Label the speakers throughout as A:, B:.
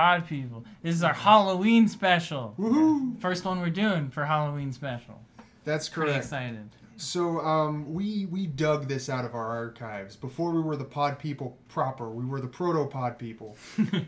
A: God, people, this is our Halloween special.
B: Woohoo!
A: First one we're doing for Halloween special.
B: That's
A: Pretty
B: correct.
A: excited.
B: So um, we we dug this out of our archives. Before we were the Pod People proper, we were the Protopod People,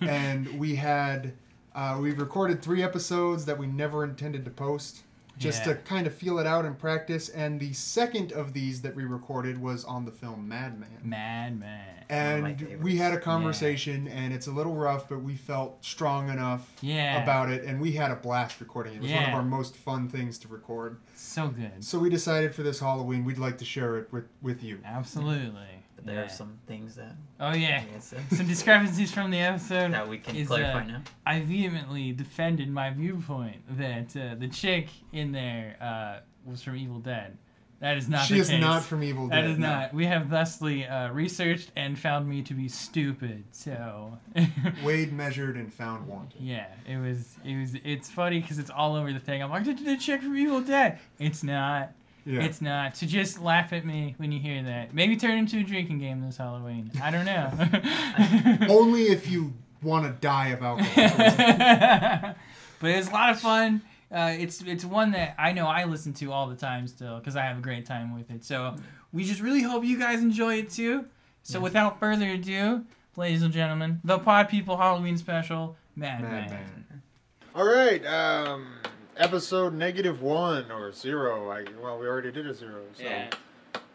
B: and we had uh, we recorded three episodes that we never intended to post, just
A: Yeah.
B: to kind of feel it out and practice. And the second of these that we recorded was on the film Madman.
A: Madman.
C: of my
B: And we
C: favorites.
B: had a conversation, and it's a little rough, but we felt strong enough
A: Yeah.
B: about it, and we had a blast recording it. It was one
A: Yeah.
B: of our most fun things to record.
A: So good.
B: So we decided for this Halloween we'd like to share it with, with you.
A: Absolutely.
C: But there
A: Yeah.
C: are some things that
A: Oh yeah.
C: Yes, sir.
A: Some discrepancies from the episode.
C: that we can
A: is,
C: clarify
A: uh,
C: now.
A: I vehemently defended my viewpoint that uh, the chick in there uh, was from Evil Dead. That is not
B: she
A: the
B: is
A: case.
B: not from Evil Dead.
A: That is
B: no.
A: not. We have thusly uh, researched and found me to be stupid. So,
B: Wade measured and found wanted.
A: yeah, it was. It was. It's funny because it's all over the thing. I'm like, did the chick from Evil Dead? It's not.
B: Yeah.
A: It's not. So just laugh at me when you hear that. Maybe turn it into a drinking game this Halloween. I don't know.
B: Only if you want to die of alcohol.
A: but it was a lot of fun. Uh, it's it's one that I know I listen to all the time still because I have a great time with it. So we just really hope you guys enjoy it too. So without further ado, ladies and gentlemen, the Pod People Halloween Special, Mad,
B: Madman.
A: Men.
D: All right, um, episode negative one or zero. I well, we already did a zero. So,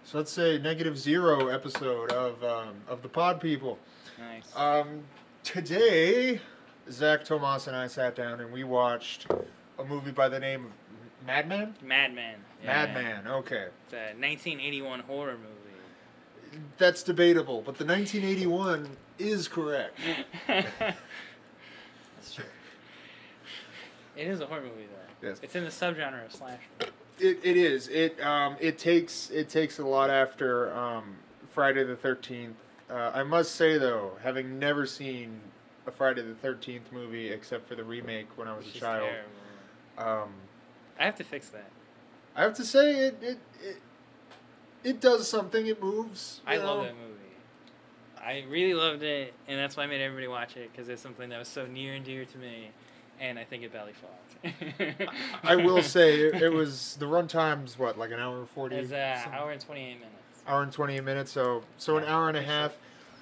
D: so let's say negative zero episode of um, of the Pod People.
C: Nice.
D: Um, today, Zach Tomas and I sat down and we watched a movie by the name of Madman.
E: Madman.
D: Madman. Okay,
E: It's a 1981 horror movie.
D: that's debatable, but the 1981 is correct.
C: That's true.
E: it is a horror movie though.
D: Yes.
E: It's in the subgenre of slasher.
D: It, it is. It um it takes it takes a lot after um Friday the Thirteenth. Uh, I must say though, having never seen a Friday the Thirteenth movie except for the remake when I was
E: It's
D: a
E: just
D: child,
E: terrible.
D: um,
E: I have to fix that.
D: I have to say it it it, it does something. It moves.
E: I
D: you know?
E: love that movie. I really loved it, and that's why I made everybody watch it because it's something that was so near and dear to me, and I think it belly flopped.
D: I will say it, it was the runtime's what like an hour and forty.
E: It's uh, an
D: something?
E: hour and 28 minutes.
D: hour and 20 minutes so so an hour and a half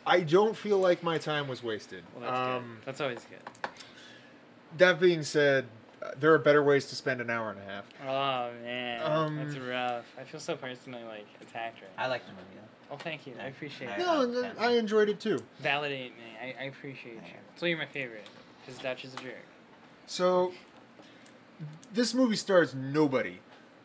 D: i don't feel like my time was wasted
E: Well, that's
D: um,
E: good. That's always good.
D: that being said uh, there are better ways to spend an hour and a half
E: Oh man,
D: um,
E: that's rough. I feel so personally like attacked right. now.
C: I like the movie. Though.
E: Oh, thank you. I appreciate
C: I-
E: it.
D: no and then i enjoyed it too
E: Validate me. I, I appreciate you. So you're my favorite. Because Dutch is a jerk.
D: so this movie stars nobody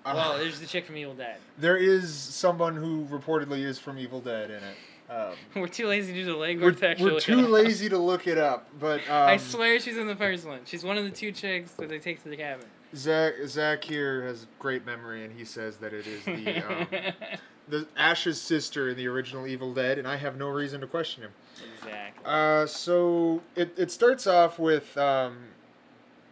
D: Uh,
E: well, there's the chick from Evil Dead.
D: there is someone who reportedly is from evil dead in it um,
E: We're too lazy to do the
D: we're,
E: legwork to actually
D: we're
E: look
D: too
E: it up.
D: lazy to look it up but um,
E: I swear she's in the first one. She's one of the two chicks that they take to the cabin.
D: zach zach here has great memory and he says that it is the um, the ash's sister in the original evil dead and i have no reason to question him
E: exactly.
D: Uh, so it, it starts off with um,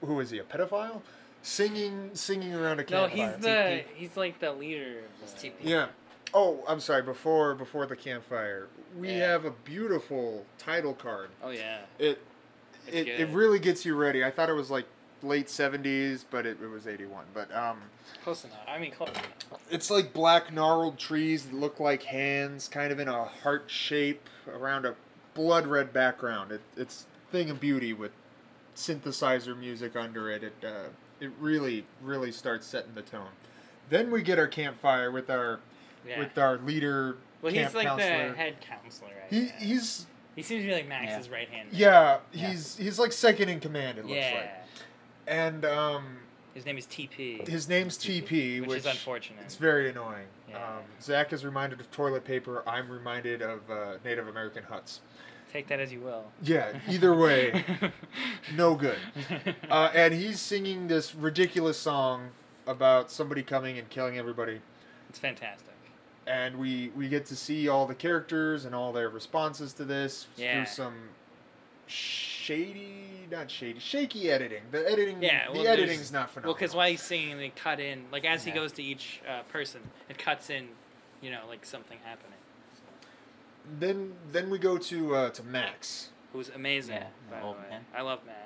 D: who is he? A pedophile singing singing around a
E: no,
D: campfire.
E: he's the he's like the leader.
C: It's
E: Of the,
C: TP.
D: yeah. Oh, I'm sorry. Before before the campfire, we
E: Yeah.
D: have a beautiful title card.
E: oh yeah.
D: It
E: It's
D: it, it
E: good.
D: really gets you ready. I thought it was like late 70s, but it, it was 81. But um,
E: Close enough. I mean close enough.
D: it's like black gnarled trees that look like hands, kind of in a heart shape around a blood red background. It, it's a thing of beauty with synthesizer music under it. It uh, it really really starts setting the tone. Then we get our campfire with our
E: Yeah.
D: with our leader
E: well,
D: camp
E: he's like
D: counselor.
E: the head counselor, right?
D: he,
E: now.
D: he's
E: he seems to be like Max's
C: Yeah.
E: right hand. man.
D: yeah
C: Yeah.
D: he's he's like second in command. It looks
E: Yeah.
D: like and um
E: His name is TP,
D: his name's TP,
E: which,
D: which,
E: is unfortunate.
D: It's very annoying.
E: Yeah.
D: Um, Zach is reminded of toilet paper. I'm reminded of uh, Native American huts.
E: Take that as you will.
D: Yeah, either way, no good. Uh, and he's singing this ridiculous song about somebody coming and killing everybody.
E: it's fantastic.
D: And we, we get to see all the characters and all their responses to this
E: Yeah.
D: through some shady, not shady, shaky editing. The editing,
E: Yeah, well,
D: the
E: there's-
D: editing's not
E: Well,
D: phenomenal.
E: because while he's singing, they cut in. Like as
C: Yeah.
E: he goes to each uh, person, it cuts in. You know, like something happening.
D: then then we go to uh, to Max,
E: who's amazing.
C: Yeah,
E: by the
C: old
E: way.
C: man.
E: I love Max.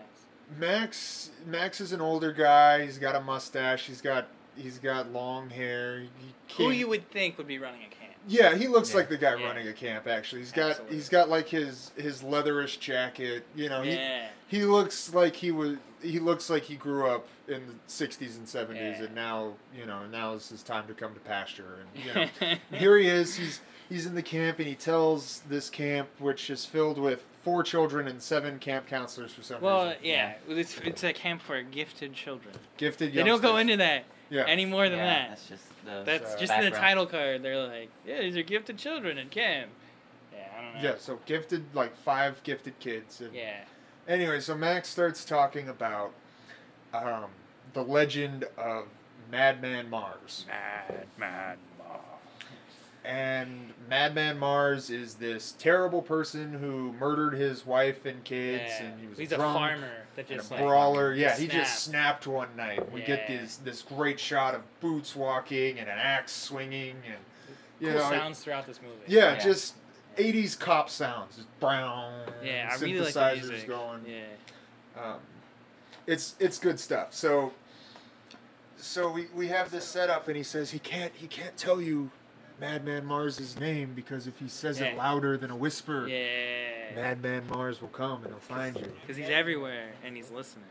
D: Max Max is an older guy. He's got a mustache. He's got he's got long hair. He
E: Who
D: can't-
E: you would think would be running a camp.
D: Yeah, he looks
C: Yeah.
D: like the guy
E: Yeah.
D: running a camp. Actually, he's got
E: Absolutely.
D: he's got like his his leatherish jacket. You know,
E: yeah.
D: he, he looks like he was he looks like he grew up in the '60s and '70s,
E: Yeah.
D: and now you know now is his time to come to pasture. And you know, here he is. He's he's in the camp, and he tells this camp, which is filled with four children and seven camp counselors for some
E: well,
D: reason,
E: yeah. Well, It's, it's a camp for gifted children.
D: gifted.
E: They don't go
D: youngsters.
E: into that
D: Yeah.
E: any more than
C: yeah,
E: that.
C: That's just the
E: That's
D: uh,
E: just in the
C: background.
E: title card. They're like, yeah, these are gifted children in camp. Yeah, I don't know.
D: yeah, so gifted like five gifted kids. And
E: Yeah.
D: Anyway, so Max starts talking about um, the legend of Madman Mars.
E: Mad, mad,
D: And Madman Mars is this terrible person who murdered his wife and kids,
E: Yeah.
D: and he was
E: He's
D: a
E: a
D: drunk
E: farmer that
D: and a
E: just like
D: brawler. Yeah, he just
E: snapped.
D: snapped one night. We get
E: Yeah.
D: this this great shot of boots walking and an axe swinging, and you
E: cool
D: know,
E: sounds throughout this movie.
D: yeah,
C: Yeah.
D: just '80s cop sounds, just brown.
E: Yeah, I
D: synthesizers
E: really like the music.
D: going.
E: Yeah.
D: um, it's it's good stuff. So so we, we have this setup, and he says he can't he can't tell you Madman Mars's name because if he says it
E: Yeah.
D: louder than a whisper,
E: Yeah.
D: Madman Mars will come and he'll find you.
E: Because he's everywhere and he's listening.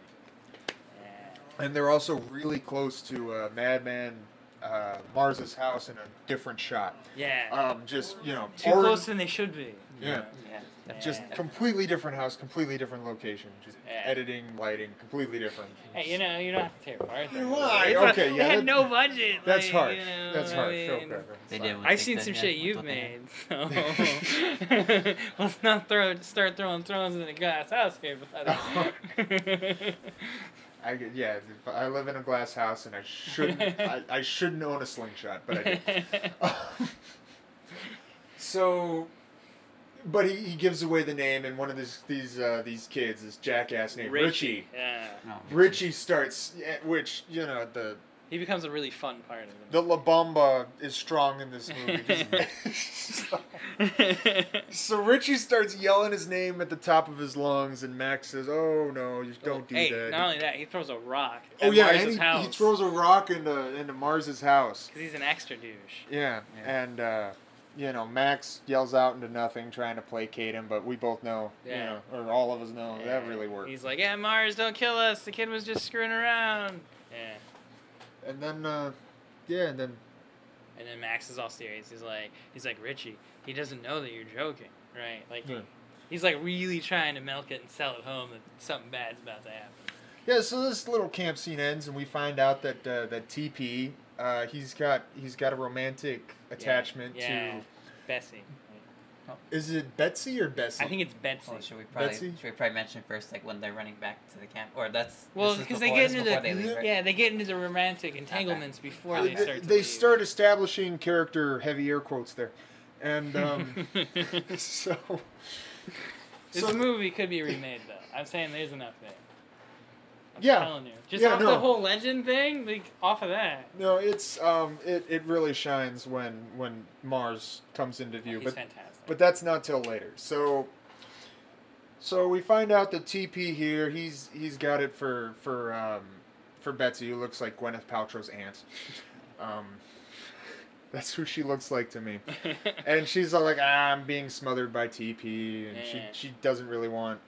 D: And they're also really close to uh, Madman uh, Mars's house in a different shot.
E: Yeah. yeah.
D: Um, just you know,
E: Too
D: orange-
E: close than they should be.
D: Yeah.
C: Yeah.
D: Just
E: Yeah.
D: completely different house, completely different location. Just
E: Yeah.
D: editing, lighting, completely different.
E: Hey, you know, you don't have to tear apart.
D: Yeah,
E: that
D: why?
E: movie. It's not-
D: Okay,
E: They
D: yeah,
E: had
D: that-
E: no budget.
D: That's
E: like,
D: harsh.
E: you know,
D: That's
E: I
D: harsh.
E: mean,
D: Okay,
C: They
D: sorry.
C: did. what
E: I've
C: they
E: seen
C: could,
E: some
C: yeah,
E: shit
C: with
E: you've
C: what they had.
E: made, so let's not throw start throwing thrones in the guy's house here, but
D: I get- yeah, if I live in a glass house and I shouldn't I, I shouldn't own a slingshot, but I do. so, but he, he gives away the name, and one of these these uh, these kids, this jackass named Richie.
E: Yeah.
C: Oh,
D: Richie, starts, yeah, which you know the
E: He becomes a really fun part of
D: the La Bamba is strong in this movie. Just-
E: the movie.
D: so Richie starts yelling his name at the top of his lungs, and Max says, "Oh no, you don't do
E: hey,
D: that."
E: not only that, he throws a rock.
D: oh
E: at
D: yeah,
E: Mars's
D: and he,
E: house.
D: he throws a rock into into Mars's house.
E: Because he's an extra douche.
D: Yeah,
C: Yeah.
D: and uh, you know Max yells out into nothing, trying to placate him, but we both know,
E: Yeah.
D: you know, or all of us know Oh, that
E: Yeah.
D: really worked.
E: He's like, yeah, Mars, don't kill us. The kid was just screwing around. Yeah.
D: And then, uh, yeah, and then
E: And then Max is all serious. He's like, he's like Richie. He doesn't know that you're joking, right? Like,
D: Yeah.
E: he's like really trying to milk it and sell it home that something bad's about to happen.
D: yeah, so this little camp scene ends, and we find out that uh, that TP, uh, he's got he's got a romantic attachment
E: yeah.
D: to
E: Bessie.
D: is it Betsy or Bessie?
E: I think it's Betsy.
C: Well, should we probably
D: Betsy?
C: should we probably mention first like when they're running back to the camp or that's
E: Well,
C: this is
E: because they
C: before-
E: get
C: this
E: into
C: is
E: the
C: before they leave, right?
E: yeah, they get into the romantic entanglements before they
D: They-
E: start. To
D: they
E: leave.
D: start establishing character heavy air quotes there, and um,
E: this
D: so. so-
E: movie could be remade though. I'm saying there's enough there. I'm
D: Yeah.
E: telling you, just
D: Yeah,
E: off
D: no.
E: the whole legend thing, like off of that.
D: No, it's um, it, it really shines when when Mars comes into view,
E: He's
D: but
E: fantastic.
D: but that's not till later. So so we find out that TP here, he's he's got it for for um, for Betsy, who looks like Gwyneth Paltrow's aunt. Um, that's who she looks like to me, and she's all like, ah, I'm being smothered by TP, and she
E: Yeah.
D: she doesn't really want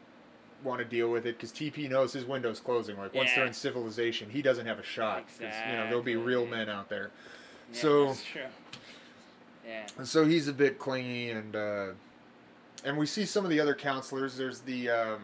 D: want to deal with it because TP knows his window's closing. Like once they're
E: Yeah.
D: in civilization, he doesn't have a shot. 'cause, You know there'll be real
E: Exactly.
D: men out there.
E: Yeah,
D: so-
E: that's true. Yeah.
D: And so he's a bit clingy, and uh, and we see some of the other counselors. There's the um,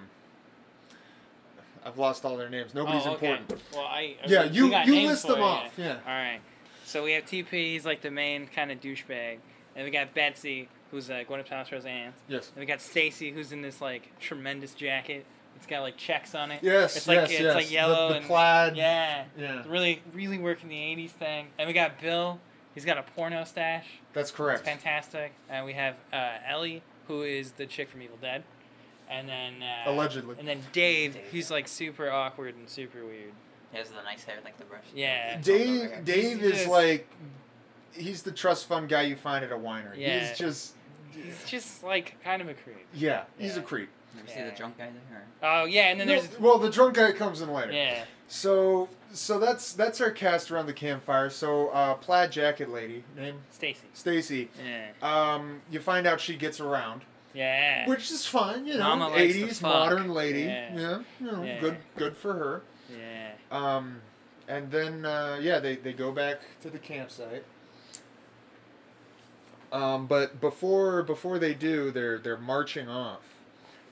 D: I've lost all their names. Nobody's
E: oh, okay.
D: important.
E: Well, I I-
D: Yeah,
E: we- we
D: you
E: got
D: you
E: names
D: list
E: for
D: them
E: it,
D: off.
E: yeah.
D: Yeah.
E: All right. So we have TP. He's like the main kind of douchebag, and we got Betsy, who's uh, Gwyneth Paltrow's aunt.
D: Yes.
E: And we got Stacy, who's in this like tremendous jacket. It's got like checks on it.
D: Yes.
E: It's like
D: yes,
E: it's
D: yes.
E: like yellow
D: The, the
E: and
D: plaid.
E: yeah.
D: Yeah.
E: It's really really working the '80s thing. And we got Bill. He's got a porno stash.
D: That's
E: It's
D: correct.
E: fantastic. And we have uh, Ellie, who is the chick from Evil Dead. And then uh,
D: Allegedly.
E: And then Dave, who's like super awkward and super weird.
C: He has the nice hair like the brush.
E: Yeah.
D: Dave Dave
E: He's
D: is
E: just-
D: like he's the trust fund guy you find at a winery.
E: Yeah.
D: He's just
E: He's just like kind of a creep.
D: yeah. He's a
E: Yeah.
D: creep.
C: You ever see the
E: Yeah.
C: drunk guy there? Or...
E: Oh yeah, and then there's
D: well, the drunk guy comes in later.
E: yeah.
D: So so that's that's our cast around the campfire. So uh, plaid jacket lady name
E: Stacy.
D: Stacy.
E: Yeah.
D: Um, you find out she gets around,
E: Yeah.
D: which is fine. You know,
E: Mama likes to
D: eighties
E: fuck.
D: modern lady.
E: Yeah.
D: Yeah. you know,
E: Yeah.
D: good good for her.
E: Yeah.
D: Um, and then uh, yeah, they they go back to the campsite. Um, but before before they do, they're they're marching off,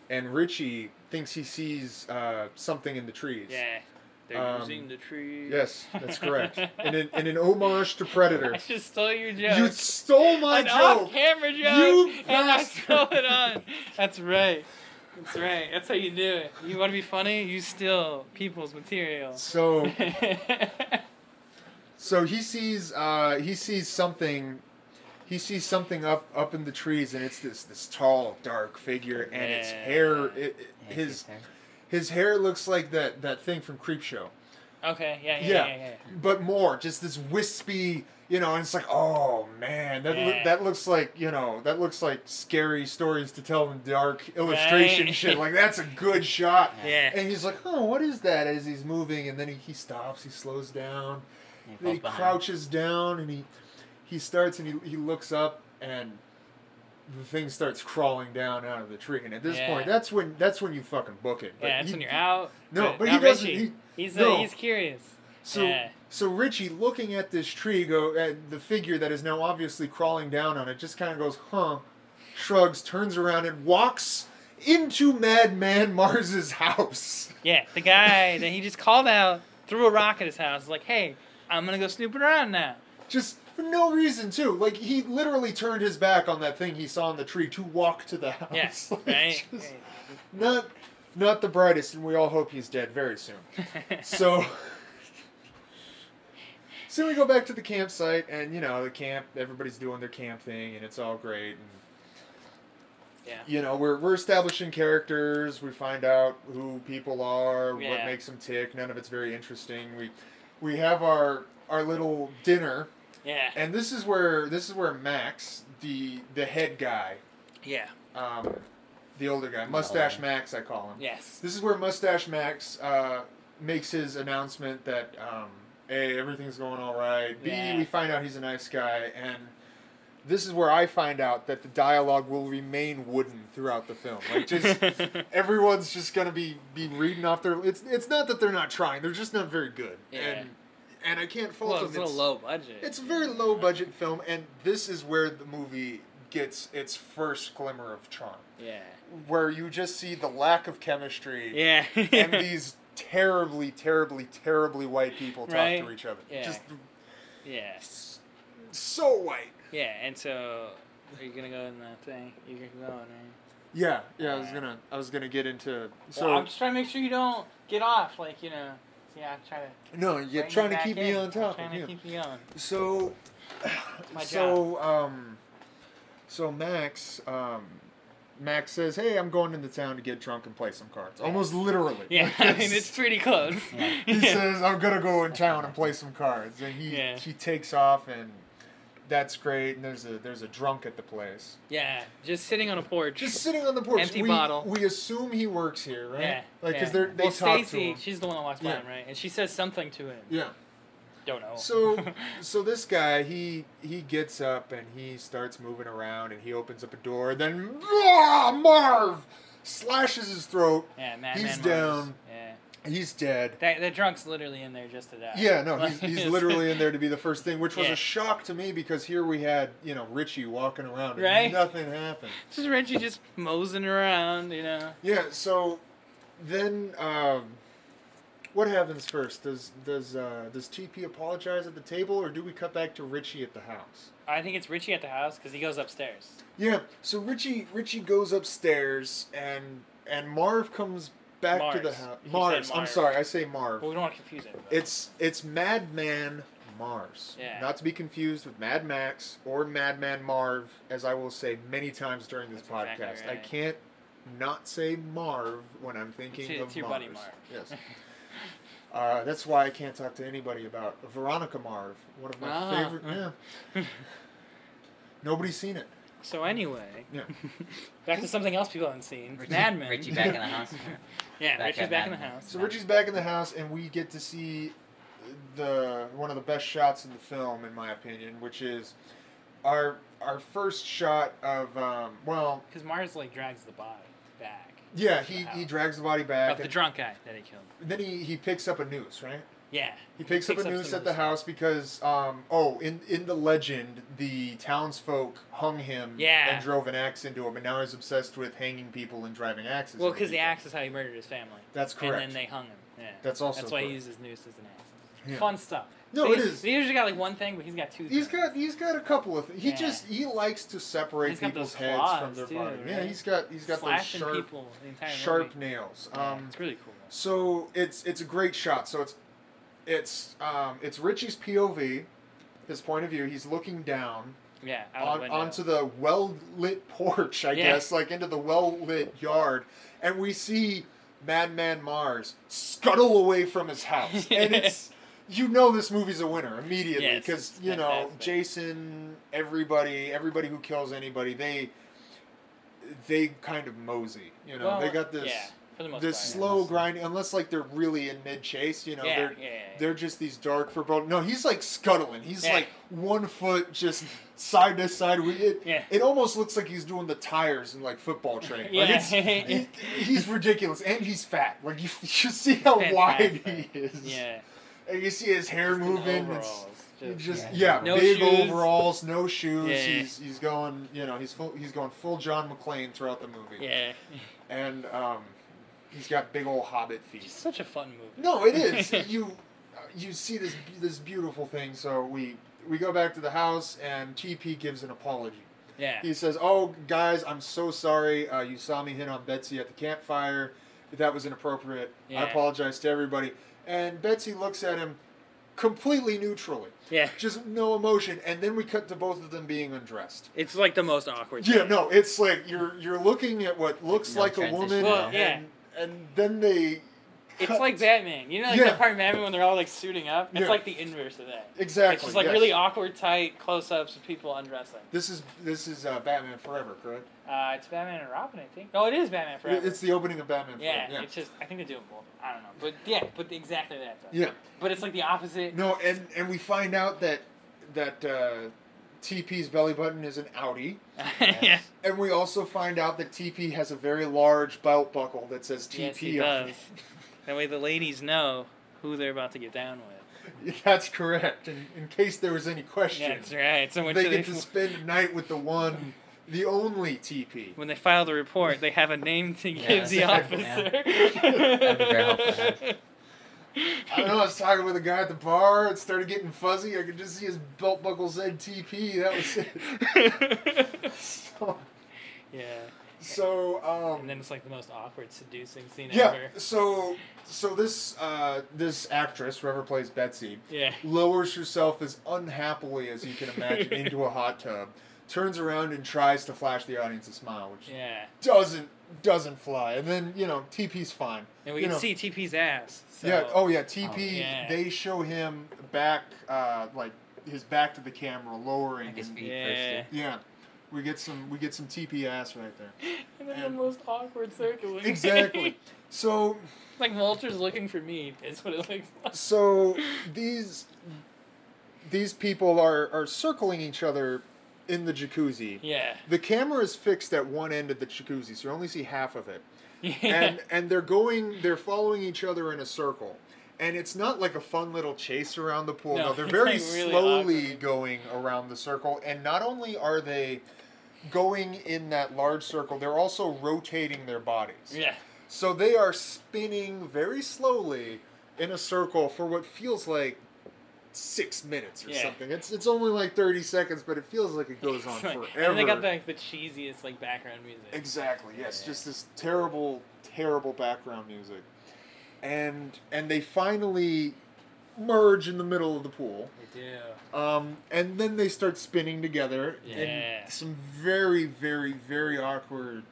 D: and Richie thinks he sees uh, something in the trees.
E: Yeah. They're
D: Um,
E: using the tree.
D: Yes, that's correct. in, an, in an homage to Predator.
E: I just stole your joke.
D: You stole my
E: An
D: joke.
E: off-camera joke,
D: You
E: and I
D: bastard.
E: stole it on. That's right. That's right. That's how you do it. You want to be funny? You steal people's material.
D: So
E: yeah.
D: so he sees uh, he sees something he sees something up up in the trees and it's this this tall dark figure and its
E: Yeah.
D: hair it, it-
C: Yeah, he
D: his
C: gets there.
D: his hair looks like that that thing from Creepshow
E: Okay. Yeah. Yeah.
D: Yeah.
E: Yeah. yeah,
D: but more just this wispy you know and it's like oh man that loo-
E: Yeah.
D: that looks like you know that looks like scary stories to tell in the dark illustration
E: Right.
D: shit like that's a good shot
E: yeah. yeah.
D: And he's like, oh, what is that? As he's moving, and then he, he stops, he slows down,
C: And he
D: then
C: falls
D: he
C: behind.
D: crouches down, and he he starts and he, he looks up, and the thing starts crawling down out of the tree. And at this
E: Yeah.
D: point, that's when that's when you fucking book it.
E: yeah, that's
D: he-
E: when you're out.
D: No, but he
E: not
D: doesn't.
E: Richie.
D: He,
E: he's uh,
D: no.
E: he's curious.
D: so
E: Yeah.
D: so Richie, looking at this tree, go at the figure that is now obviously crawling down on it, just kind of goes, huh, shrugs, turns around, and walks into Madman Mars's house.
E: Yeah, the guy that he just called out, threw a rock at his house. Like, hey, I'm gonna go snooping around now.
D: just for no reason too. Like he literally turned his back on that thing he saw in the tree to walk to the house.
E: Yeah,
D: Like,
E: right.
D: just Not not the brightest, and we all hope he's dead very soon. So So we go back to the campsite and you know, the camp everybody's doing their camp thing and it's all great and
E: Yeah.
D: you know, we're we're establishing characters, we find out who people are, what
E: Yeah.
D: makes them tick, none of it's very interesting. We we have our our little dinner
E: yeah,
D: and this is where this is where Max, the the head guy,
E: yeah,
D: um, the older guy, Mustache
C: Older.
D: Max, I call him.
E: yes,
D: This is where Mustache Max uh, makes his announcement that um, a everything's going all right. B
E: Yeah.
D: we find out he's a nice guy, and this is where I find out that the dialogue will remain wooden throughout the film. Like just everyone's just gonna be be reading off their. It's it's not that they're not trying; they're just not very good.
E: Yeah.
D: And, and I can't fault
E: well,
D: them.
E: it's a little
D: It's-
E: low budget.
D: it's a very low budget film, and this is where the movie gets its first glimmer of charm,
E: Yeah,
D: where you just see the lack of chemistry
E: yeah,
D: and these terribly, terribly, terribly white people talk
E: Right?
D: to each other.
E: Yeah.
D: Just
E: yeah,
D: s- so white.
E: yeah. And so, are you gonna go in that thing? You're gonna go in, right?
D: Yeah, yeah. I was gonna, I was gonna get into. So
E: So I'm just trying to make sure you don't get off. Like you know, yeah, I'm trying to.
D: no, you're
E: rein you
D: trying to
E: back
D: keep
E: in.
D: me on
E: I'm
D: top.
E: Trying to keep you on.
D: So,
E: my
D: so um, so Max um, Max says, "Hey, I'm going into town to get drunk and play some cards." Almost literally.
E: Yeah, I mean it's pretty close.
C: Yeah.
D: he
E: Yeah.
D: says, "I'm gonna go in town and play some cards," and he
E: Yeah.
D: he takes off, and that's great. And there's a there's a drunk at the place,
E: Yeah, just sitting on a porch.
D: just sitting on the porch.
E: Empty
D: we,
E: bottle.
D: We assume he works here, right?
E: Yeah,
D: Like,
E: yeah.
D: cause they're, they
E: well,
D: talk
E: Stacy,
D: to him.
E: she's the one that walks by
D: Yeah.
E: him, right? And she says something to him.
D: Yeah.
E: Don't know.
D: So, so this guy he he gets up and he starts moving around and he opens up a door. Then "Ah, Marv slashes his throat.
E: yeah, Madman Mars.
D: he's down.
E: Yeah,
D: He's dead.
E: that the drunk's literally in there just to die.
D: Yeah, no, he's,
E: Like,
D: he's
E: it's-
D: literally in there to be the first thing, which was
E: Yeah.
D: a shock to me because here we had you know Richie walking around and
E: Right?
D: nothing happened.
E: Just Reggie just moseying around, you know.
D: Yeah, so then um, what happens first? Does does uh, does TP apologize at the table or do we cut back to Richie at the house?
E: I think it's Richie at the house because he goes upstairs.
D: Yeah. So Richie Richie goes upstairs and and Marv comes back to the
E: Mars.
D: house.
E: He said
D: Mars. I'm
E: Marv.
D: sorry. I say Marv.
E: Well, we don't want to confuse everybody.
D: It's it's Madman Mars.
E: Yeah.
D: Not to be confused with Mad Max or Madman Marv, as I will say many times during this
E: That's
D: podcast.
E: exactly
D: I
E: right.
D: can't not say Marv when I'm thinking
E: It's-
D: of
E: it's your
D: Mars.
E: buddy Marv.
D: Yes. Uh, that's why I can't talk to anybody about Veronica Marv, one of my
E: Ah.
D: favorite. Yeah. Nobody's seen it.
E: So anyway,
D: Yeah.
E: back to something else people haven't seen.
C: Richie,
E: Mad Men.
C: Richie back in the house.
E: Yeah,
C: Back
E: Richie's
C: at
E: back
C: Mad
E: in the
C: Men.
E: house.
D: So Richie's back in the house, and we get to see the one of the best shots in the film, in my opinion, which is our our first shot of um, well,
E: Because Mars like drags the body back.
D: yeah,
E: to the
D: he, he
E: house.
D: drags the body
E: of
D: back,
E: the
D: and
E: drunk guy that he killed.
D: then he he picks up a noose, right?
E: Yeah.
D: He picks, up
E: Picks
D: a
E: up
D: noose
E: some
D: at the
E: noose.
D: house because um oh in in the legend the townsfolk hung him
E: Yeah.
D: and drove an axe into him and now he's obsessed with hanging people and driving axes.
E: Well,
D: into
E: because the
D: people.
E: axe is how he murdered his family.
D: That's correct.
E: And then they hung him. Yeah.
D: That's also
E: That's why he
D: correct.
E: uses noose as an axe.
D: Yeah.
E: Fun stuff.
D: No,
E: So
D: it
E: he-
D: is.
E: He usually got like one thing, but he's got two. things.
D: He's got he's got a couple of he
E: Yeah.
D: just he likes to separate
E: He's got
D: people's
E: those
D: heads
E: claws,
D: from their
E: too,
D: body. Yeah,
E: right?
D: he's got he's got those
E: slashing
D: sharp
E: people the entire
D: sharp
E: movie.
D: nails.
E: Yeah,
D: Um,
E: it's really cool.
D: so it's it's a great shot. So it's it's um, it's Richie's POV, his point of view. He's looking down
E: Yeah. Out
D: on,
E: the window.
D: onto the well lit porch, I
E: Yeah.
D: guess, like into the well lit yard, and we see Madman Mars scuttle away from his house, and it's you know this movie's a winner immediately
E: Yes,
D: because
E: it's
D: you know
E: fantastic.
D: Jason, everybody, everybody who kills anybody, they they kind of mosey, you know,
E: Well,
D: they got this
E: Yeah, for the most
D: this
E: part, yeah.
D: slow grind unless like they're really in mid chase, you know,
E: yeah,
D: they're
E: yeah, yeah,
D: they're just these dark foreboding. No, he's like scuttling. He's
E: Yeah.
D: like one foot just side to side. We- It,
E: Yeah.
D: it almost looks like he's doing the tires in like football training.
E: Yeah.
D: Like it's, he, he's ridiculous. And he's fat. Like you, you see how wide
E: Fantastic.
D: he is.
E: yeah.
D: And you see his hair
E: Just in
D: moving. It's,
E: overalls,
D: he
E: just-
D: just yeah,
C: Yeah.
E: No
D: big
E: shoes.
D: overalls, no shoes.
E: Yeah.
D: He's he's going, you know, he's full he's going full John McClane throughout the movie.
E: yeah.
D: And um he's got big old hobbit feet.
E: It's such a fun movie.
D: No, it is. you you see this this beautiful thing. So we we go back to the house and TP gives an apology.
E: yeah.
D: He says, "Oh guys, I'm so sorry. Uh, you saw me hit on Betsy at the campfire. That was inappropriate.
E: Yeah.
D: I apologize to everybody." And Betsy looks at him completely neutrally,
E: Yeah.
D: just no emotion. And then we cut to both of them being undressed.
E: It's like the most awkward.
D: Yeah,
E: thing.
D: no, it's like you're you're looking at what looks
C: No
D: like a
C: transition
D: woman,
E: at all. Well,
D: and,
E: yeah.
D: and then they.
E: It's
D: cut-
E: like Batman. You know, like
D: Yeah.
E: that part of Batman when they're all like suiting up. It's
D: Yeah.
E: like the inverse of that.
D: Exactly.
E: It's just like
D: yes.
E: really awkward, tight close-ups of people undressing.
D: This is this is uh, Batman Forever, correct?
E: Uh, it's Batman and Robin, I think. No, it is Batman
D: It-
E: Forever.
D: It's the opening of Batman
E: yeah,
D: Forever.
E: it's just I think they do it both. I don't know, but yeah, but exactly that. Though.
D: Yeah.
E: But it's like the opposite.
D: yeah. No, and and we find out that that uh, TP's belly button is an Audi,
E: yeah.
D: and we also find out that TP has a very large belt buckle that says TP
E: Yes, he
D: on
E: does. That way the ladies know who they're about to get down with.
D: it. That's correct. In, in case there was any question,
E: That's right. So when
D: they
E: they-
D: get to spend a night with the one, the only TP.
E: when they file the report, they have a name to
C: Yeah,
E: give the
C: that's
E: officer.
C: right, That'd be very helpful,
D: I don't know. I was talking with a guy at the bar. It started getting fuzzy. I could just see his belt buckle said TP. That was it. so,
E: yeah.
D: so um,
E: And then it's like the most awkward, seducing scene
D: yeah.
E: ever.
D: So so this uh, this actress, whoever plays Betsy,
E: Yeah.
D: lowers herself as unhappily as you can imagine into a hot tub. Turns around and tries to flash the audience a smile, which
E: Yeah.
D: doesn't doesn't fly. And then you know TP's fine.
E: And we
D: You
E: can
D: know,
E: see TP's ass. So.
D: Yeah. Oh, yeah. TP.
E: yeah.
D: They show him back, uh, like his back to the camera, lowering.
C: Like his
D: and-
C: feet
E: Yeah.
C: first.
D: yeah. We get some. We get some TP ass right there.
E: And then the most awkward circling.
D: Exactly. so,
E: like vultures looking for me is what it looks like.
D: so these these people are are circling each other in the jacuzzi.
E: Yeah.
D: The camera is fixed at one end of the jacuzzi, so you only see half of it.
E: Yeah.
D: and and they're going they're following each other in a circle and it's not like a fun little chase around the pool no,
E: No,
D: they're
E: it's
D: very
E: like really
D: slowly
E: awkward.
D: going around the circle and not only are they going in that large circle they're also rotating their bodies
E: yeah.
D: so they are spinning very slowly in a circle for what feels like six minutes or
E: Yeah.
D: something it's it's only like 30 seconds but it feels like it goes on
E: It's like-
D: forever
E: And they got the, like the cheesiest like background music.
D: Exactly. Yes.
E: Yeah.
D: Just this terrible, terrible background music, and and they finally merge in the middle of the pool,
E: They do.
D: um, and then they start spinning together
E: Yeah.
D: in some very, very, very awkward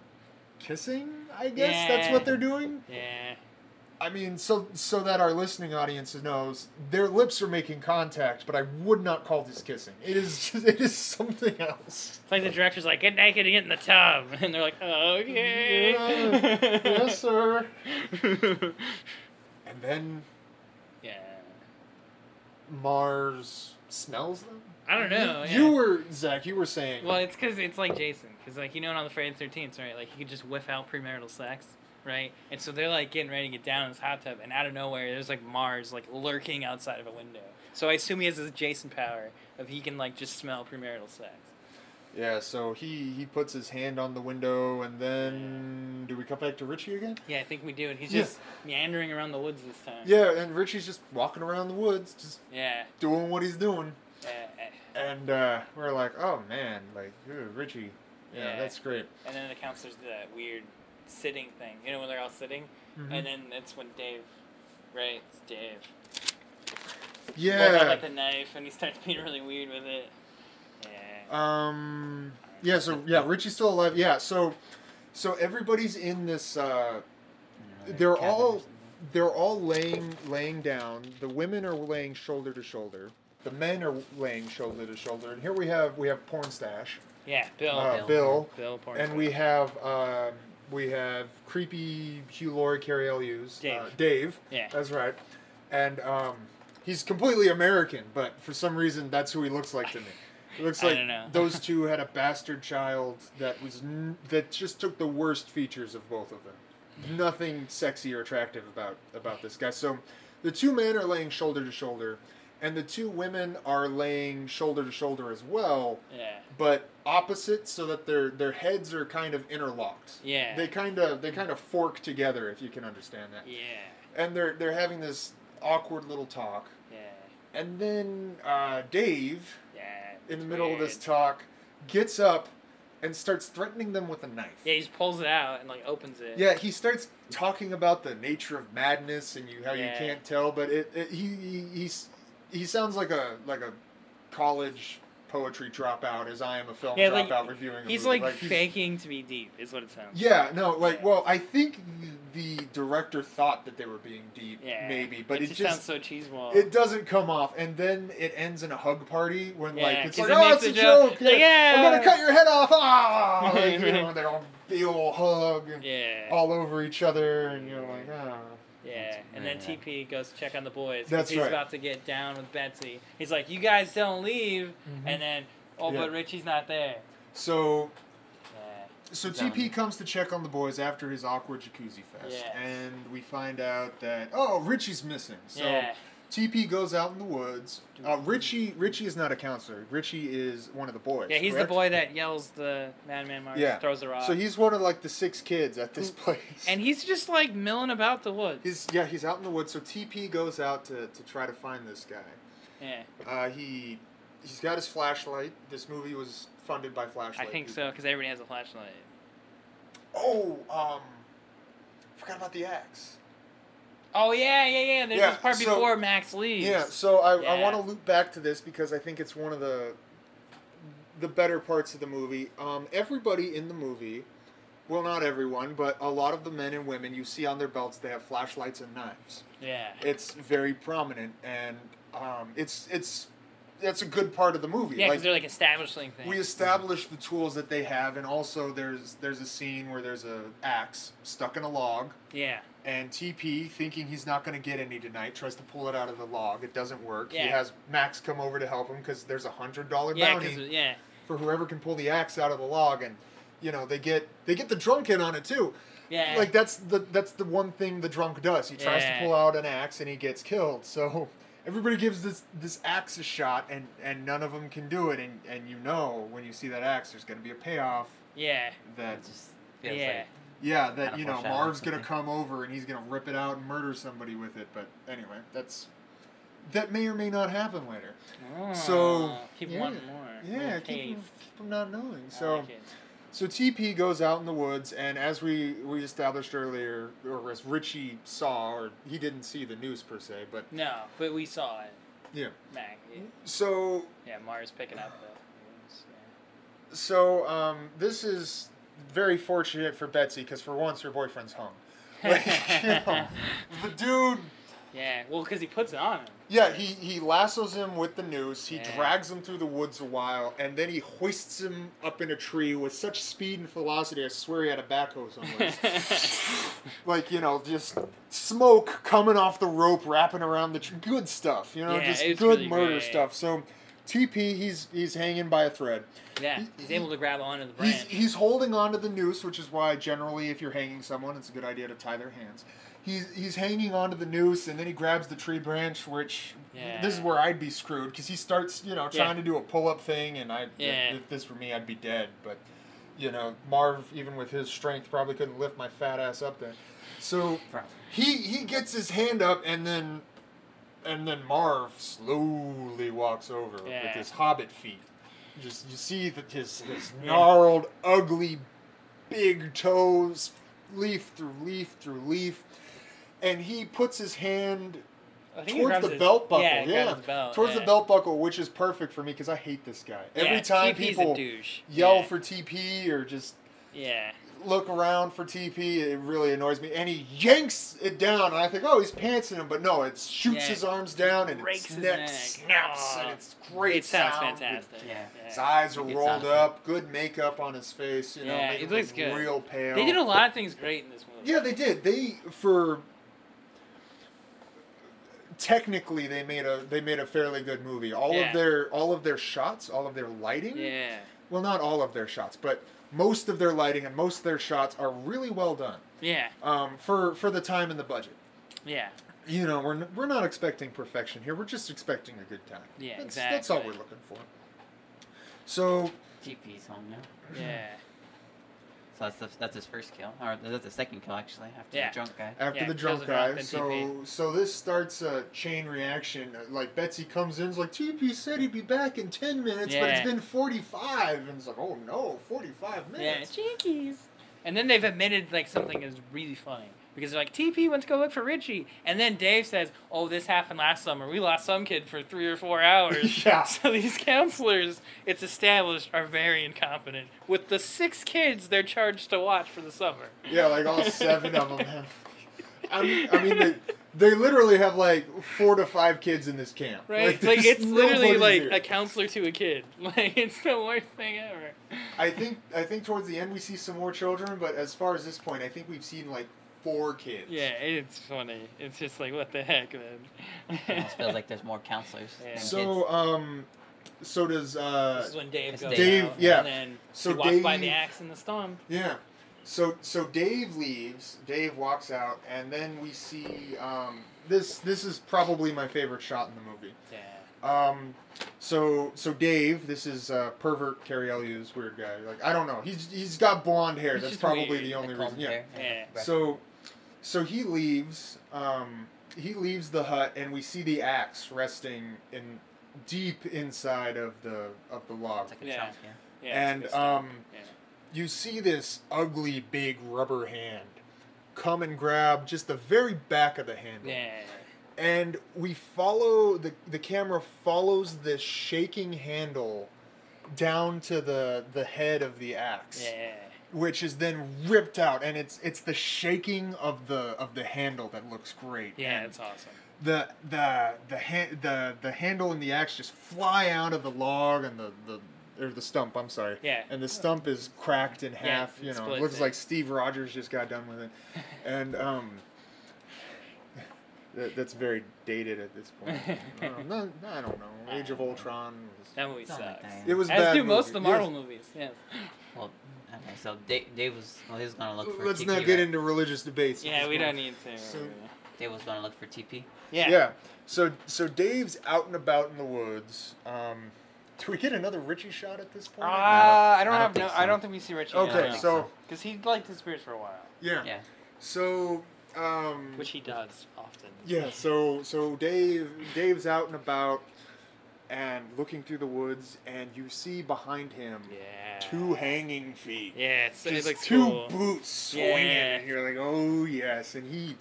D: kissing. I guess that's
E: Yeah.
D: what they're doing.
E: Yeah.
D: I mean, so so that our listening audience knows, their lips are making contact, but I would not call this kissing. It is just, it is something else.
E: It's like the director's like, get naked and get in the tub. And they're like, okay.
D: Yeah. yes, sir. And then
E: yeah.
D: Mars smells them.
E: I don't know.
D: You
E: yeah.
D: were Zach. You were saying.
E: Well, it's because it's like Jason, because like you know, on the Friday the Thirteenth, right? Like he could just whiff out premarital sex, right? And so they're like getting ready to get down in this hot tub, and out of nowhere, there's like Mars like lurking outside of a window. So I assume he has this Jason power of he can like just smell premarital sex.
D: yeah. So he he puts his hand on the window, and then do we cut back to Richie again?
E: Yeah, I think we do, and he's
D: Yeah.
E: just meandering around the woods this time.
D: Yeah, and Richie's just walking around the woods, just
E: Yeah.
D: doing what he's doing.
E: Uh, uh,
D: And uh, we're like, oh man, like ooh, Richie. Yeah,
E: Yeah.
D: that's great.
E: and then the counselors do that weird sitting thing. You know when they're all sitting,
D: Mm-hmm.
E: and then that's when Dave, right? It's Dave. pulls out,
D: Yeah.
E: like the knife, and he starts being really weird with it. Yeah.
D: Um. Yeah. So yeah, Richie's still alive. Yeah. So, so everybody's in this. Uh, they're all they're all laying laying down. The women are laying shoulder to shoulder. The men are laying shoulder to shoulder. And here we have we have porn stash.
E: Yeah, Bill.
D: Uh, Bill.
E: Bill Porn
D: And we have um, we have creepy Hugh Laurie Carrie Elwes. Uh,
E: Dave.
D: Dave.
E: Yeah.
D: That's right. And um, he's completely American, but for some reason that's who he looks like to me. It looks
E: I
D: like
E: don't know.
D: those two had a bastard child that was n- that just took the worst features of both of them. Nothing sexy or attractive about about this guy. So the two men are laying shoulder to shoulder and the two women are laying shoulder to shoulder as well
E: Yeah.
D: but opposite so that their their heads are kind of interlocked.
E: Yeah.
D: They kind of they kind of fork together if you can understand that.
E: Yeah.
D: And they're they're having this awkward little talk.
E: Yeah.
D: And then uh, Dave
E: Yeah.
D: in
E: it's
D: the middle of this
E: weird.
D: talk gets up and starts threatening them with a knife.
E: Yeah, he just pulls it out and like opens it.
D: Yeah, he starts talking about the nature of madness and you how
E: Yeah.
D: you can't tell, but it, it he, he he's he sounds like a like a college poetry dropout as I am a film
E: Yeah, like,
D: dropout reviewing. A
E: He's
D: movie.
E: like, faking to be deep, is what it sounds.
D: Yeah, no, like
E: Yeah.
D: well, I think the director thought that they were being deep,
E: Yeah.
D: maybe, but
E: it,
D: it,
E: just, sounds
D: just.
E: so cheese wall.
D: It doesn't come off, and then it ends in a hug party when like
E: Yeah,
D: it's
E: 'cause
D: like,
E: it
D: oh,
E: makes
D: it's a
E: a joke.
D: joke.
E: Like,
D: I'm
E: yeah.
D: gonna cut your head off. Ah, like, you
E: Right.
D: know, they're all big old hug and
E: yeah.
D: all over each other, and you're like, ah.
E: Yeah, and then TP goes to check on the boys. 'cause
D: That's
E: he's
D: right.
E: about to get down with Betsy. He's like, "You guys don't leave," and then, oh,
D: Mm-hmm. Yeah.
E: but Richie's not there.
D: So,
E: Yeah.
D: so
C: Down.
D: TP comes to check on the boys after his awkward jacuzzi fest,
E: Yeah.
D: and we find out that oh, Richie's missing. So
E: yeah.
D: TP goes out in the woods. Uh, Richie Richie is not a counselor. Richie is one of the boys.
E: Yeah, he's
D: correct?
E: the boy that yells the Madman March,
D: Yeah.
E: throws a rock.
D: So he's one of like the six kids at this place.
E: and he's just like milling about the woods.
D: he's yeah he's out in the woods. So TP goes out to, to try to find this guy.
E: yeah,
D: Uh, he he's got his flashlight. This movie was funded by
E: I
D: flashlight.
E: think
D: people.
E: so because everybody has a flashlight.
D: Oh um, forgot about the axe.
E: Oh yeah, yeah, yeah. There's
D: Yeah,
E: this part
D: so-
E: before Max leaves.
D: Yeah, so I, I
E: Yeah.
D: want to loop back to this because I think it's one of the the better parts of the movie. Um, everybody in the movie, well, not everyone, but a lot of the men and women you see on their belts, they have flashlights and knives.
E: yeah,
D: It's very prominent, and um, it's it's that's a good part of the movie.
E: yeah. Because
D: like,
E: they're like establishing things.
D: we establish the tools that they have, and also there's there's a scene where there's a axe stuck in a log.
E: yeah,
D: And TP, thinking he's not going to get any tonight, tries to pull it out of the log. It doesn't work.
E: Yeah.
D: He has Max come over to help him because there's a hundred dollar
E: yeah, 'cause-
D: bounty
E: yeah.
D: for whoever can pull the axe out of the log. And you know they get they get the drunk in on it too.
E: Yeah.
D: Like that's the that's the one thing the drunk does. He tries
E: Yeah.
D: to pull out an axe and he gets killed. So everybody gives this this axe a shot, and and none of them can do it. And and you know when you see that axe, there's going to be a payoff
E: yeah,
D: that
C: just feels
E: yeah.
C: like-
D: yeah, that
C: Kinda
D: you know
C: foreshadowing
D: Marv's gonna
C: something.
D: come over and he's gonna rip it out and murder somebody with it. But anyway, that's that may or may not happen later. So,
E: Oh, keep
D: yeah,
E: wanting more.
D: Yeah,
E: Little
D: keep, 'em-
E: taste.
D: keep 'em not knowing.
E: I
D: So
E: like it.
D: so TP goes out in the woods, and as we we established earlier, or as Richie saw, or he didn't see the news per se, but
E: No, but we saw it.
D: yeah.
E: Mac. Yeah,
D: So
E: yeah Mars picking up the. yeah.
D: so um, this is very fortunate for Betsy because for once her boyfriend's home. Like, you know, the dude
E: yeah, well, because he puts it on him.
D: Yeah, he, he lassos him with the noose. He
E: Yeah.
D: drags him through the woods a while, and then he hoists him up in a tree with such speed and velocity. I swear he had a backhoe somewhere. like you know, just smoke coming off the rope, wrapping around the tr- good stuff. You know,
E: Yeah,
D: just
E: it's
D: good
E: really
D: murder
E: great.
D: stuff. So, TP, he's he's hanging by a thread.
E: yeah,
D: He-
E: he's
D: he-
E: able to grab onto the
D: He's,
E: branch.
D: he's holding onto the noose, which is why generally, if you're hanging someone, it's a good idea to tie their hands. He's he's hanging onto the noose, and then he grabs the tree branch, which this is
E: Yeah.
D: where I'd be screwed because he starts, you know, trying
E: Yeah.
D: to do a pull up thing, and I
E: Yeah.
D: if, if this were me, I'd be dead. But you know, Marv, even with his strength, probably couldn't lift my fat ass up there. So he he gets his hand up, and then and then Marv slowly walks over with
E: Yeah.
D: his hobbit feet. Just you see that his his
E: Yeah.
D: gnarled, ugly, big toes, leaf through leaf through leaf, and he puts his hand
E: I think he
D: towards
E: grabs
D: the
E: his-
D: belt buckle.
E: Yeah,
D: Yeah,
E: he grabs his belt,
D: towards the
E: yeah.
D: belt buckle, which is perfect for me because I hate this guy. Every
E: Yeah,
D: time
E: TP's
D: people
E: a douche.
D: yell
E: yeah.
D: for TP or just
E: yeah,
D: look around for TP, it really annoys me. And he yanks it down, and I think, oh, he's pantsing him, but no, it shoots
E: Yeah.
D: his arms down and
E: Breaks
D: his
E: his
D: neck,
E: neck.
D: snaps,
E: Aw.
D: and it's great.
E: it sounds
D: sound.
E: fantastic.
C: Yeah.
D: His
E: yeah.
D: eyes are
C: It
D: rolled
C: sounds-
D: up, good makeup on his face. You know,
E: Yeah,
D: make
E: he
D: him
E: looks
D: look
E: good.
D: Real pale.
E: They did a lot of things great in this movie.
D: Yeah, they did. They for technically they made a they made a fairly good movie. All
E: Yeah.
D: of their all of their shots, all of their lighting.
E: Yeah.
D: Well, not all of their shots, but most of their lighting and most of their shots are really well done.
E: Yeah.
D: Um, for for the time and the budget.
E: Yeah.
D: You know, we're n- we're not expecting perfection here. We're just expecting a good time.
E: Yeah,
D: that's, That's all we're
E: exactly.
D: looking for. So
C: GP's home now.
E: Yeah.
C: So that's the, that's his first kill, or that's the second kill actually after
E: Yeah.
C: the drunk guy.
D: after
E: Yeah,
D: the drunk
E: kills the drunk,
D: guy.
E: then
D: So
E: TP.
D: so this starts a chain reaction. Like Betsy comes in, is like TP said he'd be back in ten minutes, but it's
E: Yeah.
D: been forty five, and it's like oh no, forty five
E: Yeah.
D: minutes.
E: Cheekies. And then they've admitted like something is really funny because they're like TP went to go look for Richie, and then Dave says, "Oh, this happened last summer. We lost some kid for three or four hours."
D: Yeah.
E: So these counselors, it's established, are very incompetent with the six kids they're charged to watch for the summer.
D: Yeah, like all seven of them. Have, I mean, I mean they, they literally have like four to five kids in this camp.
E: Right? Like,
D: there's
E: it's literally
D: nobody
E: like
D: here.
E: a counselor to a kid. Like it's the worst thing ever.
D: I think I think towards the end we see some more children, but as far as this point, I think we've seen like four kids.
E: Yeah, it's funny. It's just like what the heck, man.
C: It almost feels like there's more counselors.
E: Yeah.
C: Than
D: So um, so does uh.
E: this is when Dave
C: It's
E: goes
D: Dave,
E: out,
D: yeah.
E: and then
D: So
E: he walks by the
D: Dave-
E: axe in the storm.
D: Yeah. So so Dave leaves. Dave walks out, and then we see um, this. This is probably my favorite shot in the movie.
E: Yeah.
D: Um, so so Dave, this is uh, pervert Carrie Elwes, weird guy. Like I don't know. He's he's got blonde hair.
E: He's
D: That's
E: just
D: probably
E: weird.
D: the
C: kids.
D: only
C: They call
D: reason.
C: him
D: Yeah.
C: there.
E: Yeah.
C: Right.
D: So so he leaves. Um, he leaves the hut, and we see the axe resting in deep inside of the of the log.
C: it's like a
E: Yeah.
C: trunk.
E: Yeah. it's
D: and
E: good stuff.
D: um, you see this ugly big rubber hand come and grab just the very back of the handle
E: yeah.
D: and we follow the the camera follows this shaking handle down to the the head of the axe
E: Yeah.
D: which is then ripped out and it's it's the shaking of the of the handle that looks great
E: Yeah.
D: And
E: It's awesome.
D: the the the hand the the handle and the axe just fly out of the log and the the or the stump. I'm sorry.
E: Yeah.
D: And the stump is cracked in half.
E: it
D: you know,
E: splits
D: looks
E: it.
D: like Steve Rogers just got done with it, and um. That, that's very dated at this point. Uh, no, no, I don't know. Age of Ultron. Was,
E: That movie sucks.
C: Something like that.
D: it was a
E: As
D: bad
E: do most of the
D: movie.
E: Marvel movies. Yes.
C: Well, okay, so Dave, Dave was well, he was gonna
D: Yeah.
C: look for.
D: Let's
C: TP,
D: not get
C: right?
D: into religious debates. at
E: Yeah.
D: this
E: We
D: point.
E: don't need to.
D: So-
C: Dave was gonna look for TP.
E: yeah.
D: Yeah. So so Dave's out and about in the woods. Um, do we get another Richie shot at this
E: Uh,
D: point?
E: I don't
C: I don't
E: have no.
C: think so.
E: I don't think we see Richie.
D: okay,
C: think
D: so
E: Because he liked his spirits for a while,
D: yeah.
C: Yeah.
D: So um
E: which he does often.
D: yeah, so so Dave Dave's out and about and looking through the woods and you see behind him
E: Yeah.
D: two hanging feet.
E: Yeah, it's, it
D: Just
E: looks
D: two
E: cool.
D: boots swinging
E: Yeah.
D: and you're like, "Oh, yes." And he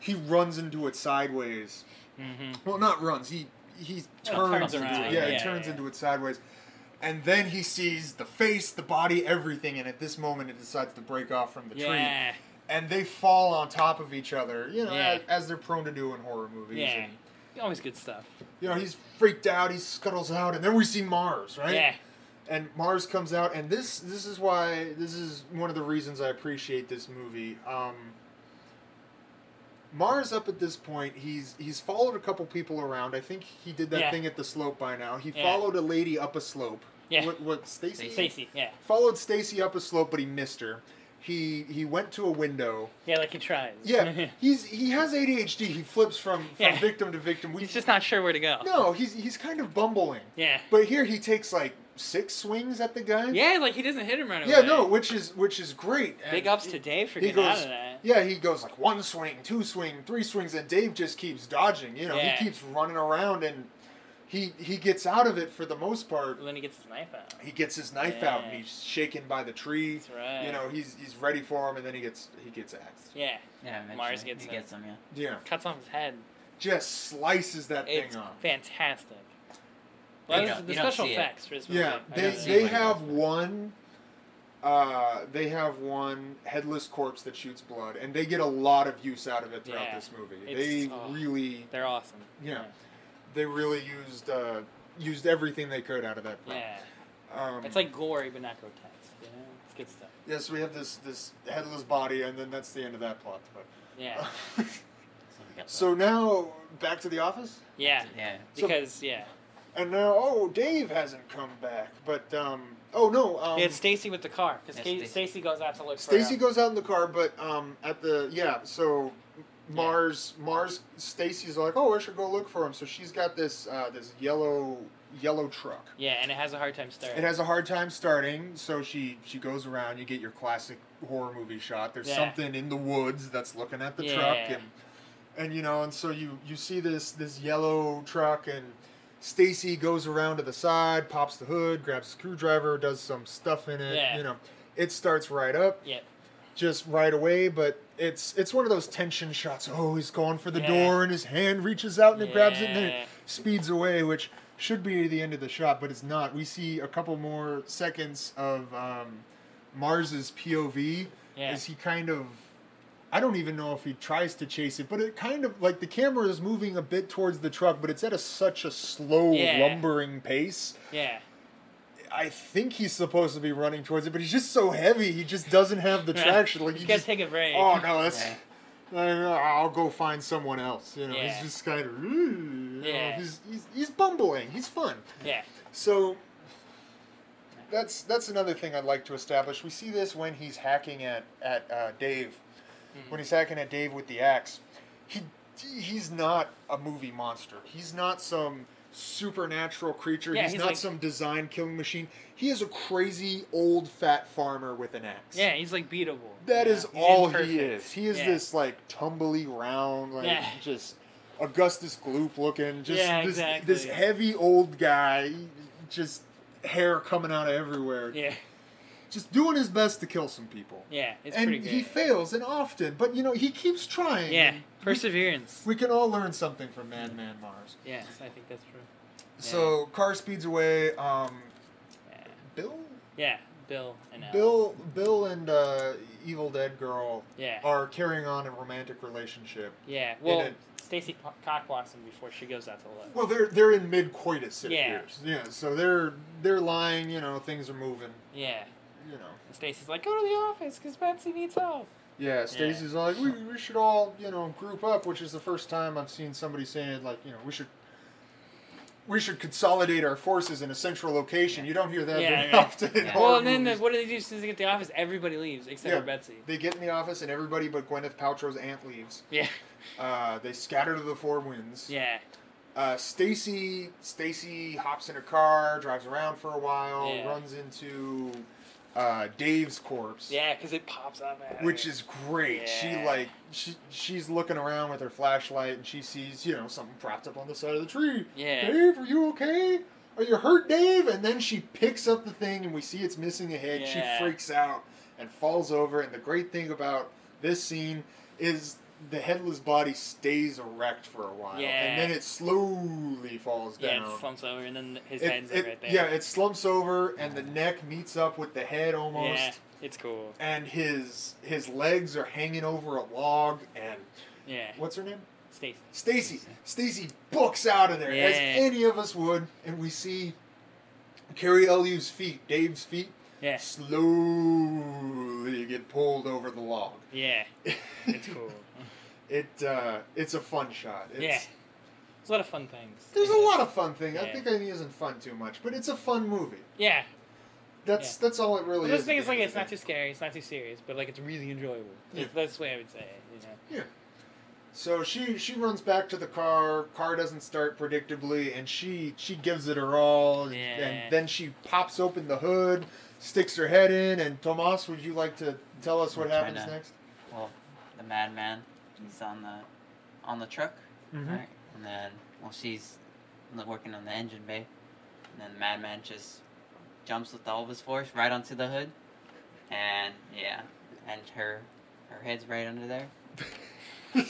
D: he runs into it sideways.
E: hmm
D: Well, not runs. He he turns,
E: turns
D: into
E: around.
D: it. Yeah,
E: Yeah,
D: he turns
E: yeah.
D: into it sideways, and then he sees the face, the body, everything, and at this moment, it decides to break off from the tree.
E: Yeah.
D: and they fall on top of each other, you know,
E: Yeah.
D: as, as they're prone to do in horror movies.
E: Yeah.
D: And,
E: Always good stuff.
D: you know, he's freaked out, he scuttles out, and then we see Mars, right?
E: Yeah.
D: and Mars comes out, and this this is why this is one of the reasons I appreciate this movie. Um, Mars up at this point, he's he's followed a couple people around. I think he did that
E: Yeah.
D: thing at the slope by now. He
E: Yeah.
D: followed a lady up a slope.
E: Yeah.
D: What, what Stacy?
E: Stacy, yeah.
D: Followed Stacy up a slope, but he missed her. He he went to a window.
E: Yeah, like he tries.
D: Yeah, he's he has ADHD. He flips from, from
E: Yeah.
D: victim to victim. We,
E: He's just not sure where to go.
D: no, he's he's kind of bumbling.
E: Yeah.
D: But here he takes like six swings at the guy.
E: Yeah, like he doesn't hit him right away.
D: Yeah, no, which is which is great. And
E: Big ups to Dave for
D: he
E: getting
D: goes.
E: out of that.
D: Yeah, he goes like one swing, two swing, three swings, and Dave just keeps dodging. You know,
E: Yeah.
D: he keeps running around, and he he gets out of it for the most part.
E: When he gets his knife out.
D: He gets his knife out, and
E: Yeah.
D: he's shaken by the tree.
E: That's right.
D: You know, he's he's ready for him, and then he gets he gets axed.
E: Yeah.
C: Yeah, eventually.
E: Mars gets
C: he
E: it.
C: gets them. Yeah.
D: Yeah,
E: Cuts off his head.
D: just slices that
E: It's
D: thing off.
E: fantastic. Well,
C: Well, you
E: this-
C: don't-
E: the
C: you don't
E: special
C: see it.
E: effects for this movie.
D: Yeah,
E: I
D: they
E: gotta
C: see
D: they
C: what he
D: have
C: does.
D: one. Uh, they have one headless corpse that shoots blood, and they get a lot of use out of it throughout
E: Yeah.
D: this movie.
E: It's-
D: they
E: oh.
D: really,
E: They're awesome.
D: yeah, they really used uh, used everything they could out of that. prop.
E: Yeah.
D: um,
E: It's like gory, but not grotesque. You know? It's good stuff.
D: yes, we have this this headless body, and then that's the end of that plot. But
E: Yeah.
C: So, we got
D: so now back to the office,
E: Yeah.
C: that. yeah.
D: So-
E: Because, yeah.
D: and now oh Dave hasn't come back, but um oh no um,
E: They had Stacy with the car.
C: Yeah,
E: Because
C: Stacy.
E: Stacy goes out to look for
D: Stacy
E: him.
D: goes out in the car, but um, at the yeah, so Mars Mars Stacy's like, oh, I should go look for him. So she's got this uh, this yellow yellow truck.
E: Yeah, and it has a hard time starting.
D: It has a hard time starting, so she she goes around. You get your classic horror movie shot. There's
E: Yeah.
D: something in the woods that's looking at the truck,
E: Yeah.
D: and and you know, and so you you see this this yellow truck, and Stacy goes around to the side, pops the hood, grabs a screwdriver, does some stuff in it.
E: Yeah.
D: You know, it starts right up
E: yeah.
D: just right away, but it's it's one of those tension shots. Oh, he's going for the
E: Yeah.
D: door, and his hand reaches out and it grabs it, and then
E: Yeah.
D: it speeds away, which should be the end of the shot, but it's not. We see a couple more seconds of um, Mars's POV
E: Yeah.
D: as he kind of. I don't even know if he tries to chase it, but it kind of like the camera is moving a bit towards the truck, but it's at a such a slow,
E: Yeah.
D: lumbering pace.
E: Yeah.
D: I think he's supposed to be running towards it, but he's just so heavy, he just doesn't have the traction. Like
E: you
D: he
E: gotta
D: just
E: take a break.
D: Oh no, that's.
C: Right.
D: Uh, I'll go find someone else. You know,
E: Yeah.
D: he's just kind of. You know,
E: Yeah.
D: He's, he's he's bumbling. He's fun.
E: Yeah.
D: So. That's that's another thing I'd like to establish. We see this when he's hacking at at uh, Dave,
E: Mm-hmm.
D: when he's hacking at Dave with the axe. He he's not a movie monster. He's not some supernatural creature.
E: Yeah,
D: he's,
E: he's
D: not
E: like-
D: some design killing machine. He is a crazy old fat farmer with an axe.
E: Yeah, he's like beatable.
D: That
E: you
D: is
E: know? He's
D: all he
E: imperfect.
D: is. He is
E: Yeah.
D: this like tumbly round, like
E: Yeah.
D: just Augustus Gloop looking, just
E: Yeah,
D: this,
E: exactly.
D: this heavy old guy, just hair coming out of everywhere,
E: Yeah.
D: just doing his best to kill some people.
E: Yeah. It's
D: and
E: pretty good.
D: he fails, and often, but you know he keeps trying.
E: Yeah. Perseverance.
D: We can all learn something from Madman Mars.
E: Yes, I think that's true.
D: So car speeds away. Um,
E: Yeah.
D: Bill,
E: Yeah. Bill and Al.
D: Bill, Bill, and uh, Evil Dead girl
E: Yeah.
D: are carrying on a romantic relationship.
E: Yeah. Well,
D: it-
E: Stacy po- cock blocks him before she goes out to look.
D: Well, they're they're in mid coitus. It
E: Yeah.
D: appears. Yeah. So they're they're lying. You know, things are moving.
E: Yeah.
D: You know.
E: And Stacy's like, go to the office because Betsy needs help.
D: Yeah. Stacy's like, we, we should all you know group up, which is the first time I've seen somebody saying like, you know, we should. We should consolidate our forces in a central location. You don't hear that
E: Yeah,
D: very
E: right.
D: often. in
C: Yeah.
D: horror
E: Well, and then the,
D: movies.
E: what do they do as soon as they get to the office? Everybody leaves except
D: Yeah.
E: for Betsy.
D: they get in the office and everybody but Gwyneth Paltrow's aunt leaves.
E: Yeah.
D: Uh, they scatter to the four winds.
E: Yeah.
D: uh, Stacy Stacy hops in a car, drives around for a while,
E: Yeah.
D: runs into uh, Dave's corpse,
E: Yeah, because it pops up. At
D: which
E: her.
D: is great. She
E: Yeah.
D: like she she's looking around with her flashlight and she sees you know something propped up on the side of the tree.
E: Yeah.
D: Dave, are you okay? Are you hurt, Dave? And then she picks up the thing and we see it's missing a head.
E: Yeah.
D: She freaks out and falls over. And the great thing about this scene is the headless body stays erect for a while,
E: Yeah.
D: and then it slowly falls
E: Yeah,
D: down.
E: it slumps over, and then his
D: It-
E: head's
D: it-
E: right there.
D: Yeah, it slumps over, and the neck meets up with the head almost,
E: Yeah, it's cool.
D: and his his legs are hanging over a log. And
E: Yeah,
D: what's her name?
E: Stacy.
D: Stacy. Stacy books out of there as
E: Yeah.
D: any of us would, and we see Carrie Elliott's feet, Dave's feet,
E: Yeah,
D: slowly get pulled over the log.
E: yeah, it's cool.
D: It uh, it's a fun shot. It's,
E: yeah, there's a lot of fun things.
D: There's a lot of fun thing. I
E: Yeah.
D: think it isn't fun too much, but it's a fun movie.
E: Yeah,
D: That's that's all it really
E: Well, this
D: is.
E: thing
D: at
E: is
D: the
E: like
D: end
E: it's
D: of the
E: not
D: day.
E: too scary, it's not too serious, but like it's really enjoyable.
D: Yeah.
E: That's That's the way I would say it. You know?
D: So she she runs back to the car. Car doesn't start predictably, and she she gives it her all.
E: Yeah.
D: And then she pops open the hood, sticks her head in, and Tomas, would you like to tell us what
C: Try
D: happens
C: to-
D: next?
C: Well, the madman, he's on the on the truck,
E: Mm-hmm.
D: Mm-hmm.
C: right? And then, well, she's l- working on the engine bay, and then the madman just jumps with all of his force right onto the hood, and yeah, and her her head's right under there, kind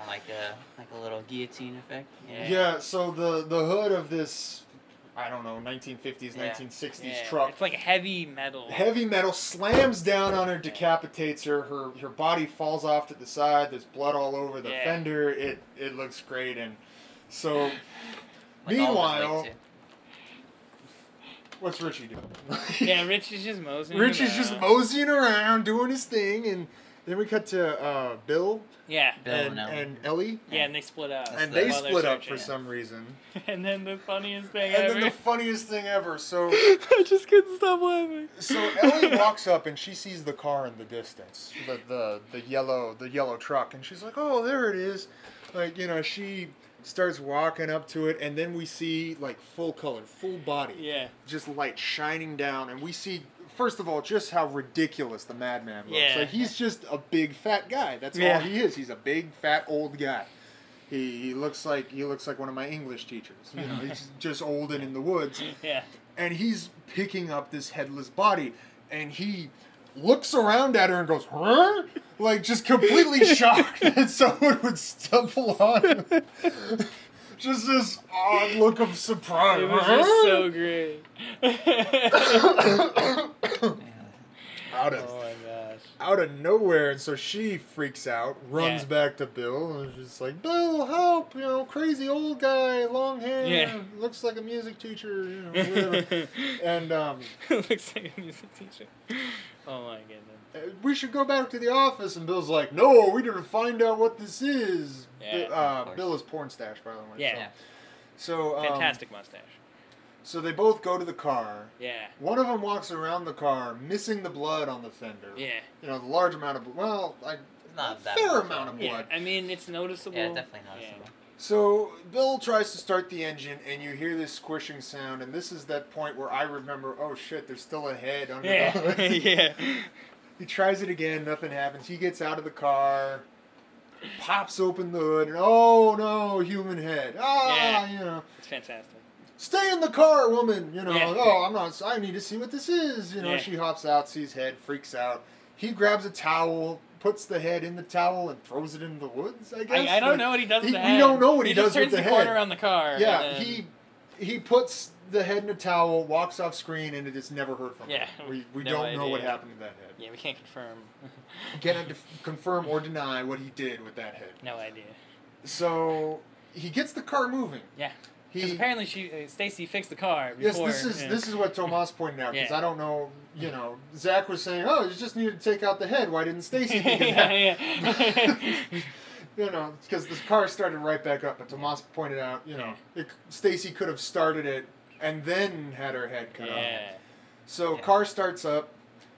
C: of like a like a little guillotine effect.
D: Yeah.
C: Yeah.
D: so the the hood of this, I don't know, 1950s,
C: Yeah.
D: 1960s
E: Yeah,
D: truck
E: It's like heavy metal.
D: Heavy metal slams down on her, decapitates her. Her her body falls off to the side. There's blood all over the
E: Yeah.
D: fender. It it looks great, and so
C: Like all of his
D: Meanwhile-
C: weight, too.
D: what's Richie doing?
E: yeah, Rich is just moseying.
D: Rich is just
E: around.
D: moseying around doing his thing, and then we cut to uh, Bill,
E: Yeah.
C: Bill
D: and,
C: and Ellie.
D: and Ellie,
E: Yeah, and they split up.
C: That's
D: and
C: the-
D: they
E: while they're
D: split up for
E: searching.
D: some reason.
E: And then the funniest thing
D: And
E: ever.
D: then the funniest thing ever. So
E: I just couldn't stop laughing.
D: so Ellie walks up and she sees the car in the distance, the, the the yellow the yellow truck, and she's like, "Oh, there it is!" Like you know, she starts walking up to it, and then we see like full color, full body,
E: Yeah.
D: just light shining down, and we see first of all just how ridiculous the madman looks.
E: Yeah.
D: Like he's just a big fat guy. That's
E: Yeah.
D: all he is. He's a big fat old guy. He, he looks like he looks like one of my English teachers. You know, he's just old and in the woods
E: Yeah.
D: and he's picking up this headless body and he looks around at her and goes huh like just completely shocked that someone would stumble on him just this odd look of surprise
E: It was just so great.
D: out of
E: oh my gosh.
D: out of nowhere and so she freaks out runs
E: Yeah.
D: back to bill and is just like bill help you know crazy old guy long hair
E: Yeah.
D: looks like a music teacher you know whatever and um
E: Looks like a music teacher. Oh my goodness.
D: Uh, we should go back to the office. And Bill's like, no, we need to find out what this is.
E: Yeah,
D: Bi-
C: of
D: uh,
C: course.
D: Bill is porn stash, by the way.
E: Yeah.
C: Yeah.
D: So, so, um,
E: Fantastic mustache.
D: So they both go to the car.
E: Yeah.
D: One of them walks around the car, missing the blood on the fender.
E: Yeah.
D: You know, the large amount of bl- well, like
C: It's
D: a
C: not that
D: fair
C: much.
D: amount of blood.
E: Yeah. I mean, it's noticeable.
C: Yeah, definitely noticeable.
D: So Bill tries to start the engine, and you hear this squishing sound. And this is that point where I remember, oh shit, there's still a head under
E: Yeah.
D: the
E: yeah.
D: He tries it again, nothing happens. He gets out of the car, pops open the hood, and oh no, human head. Ah,
E: Yeah.
D: you know.
E: It's fantastic.
D: Stay in the car, woman. You know,
E: Yeah.
D: oh, I'm not, I need to see what this is. You know,
E: Yeah.
D: she hops out, sees head, freaks out. He grabs a towel, puts the head in the towel, and throws it into the woods, I guess.
E: I, I don't
D: Like,
E: know what he does with
D: he-
E: the
D: we
E: head.
D: don't know what he
E: just
D: does with
E: turns
D: the
E: the
D: head.
E: corner on the car.
D: Yeah,
E: and then-
D: he he puts the head in a towel, walks off screen, and it is never heard from.
E: Yeah.
D: him. we, we
E: No
D: don't know what
E: idea.
D: happened to that head.
E: Yeah, we can't confirm.
D: Cannot def- confirm or deny what he did with that head.
E: no idea.
D: So he gets the car moving.
E: Yeah. Because
D: He
E: apparently she, uh, Stacy fixed the car
D: yes,
E: before.
D: this is
E: yeah.
D: this is what Tomas pointed out because
E: Yeah.
D: I don't know. You know, Zach was saying, "Oh, you just needed to take out the head. Why didn't Stacy think of that?"
E: yeah, yeah.
D: You know, because the car started right back up. But Tomas pointed out, you know, it, Stacy could have started it and then had her head cut off.
E: yeah.
D: So
C: Yeah.
D: car starts up,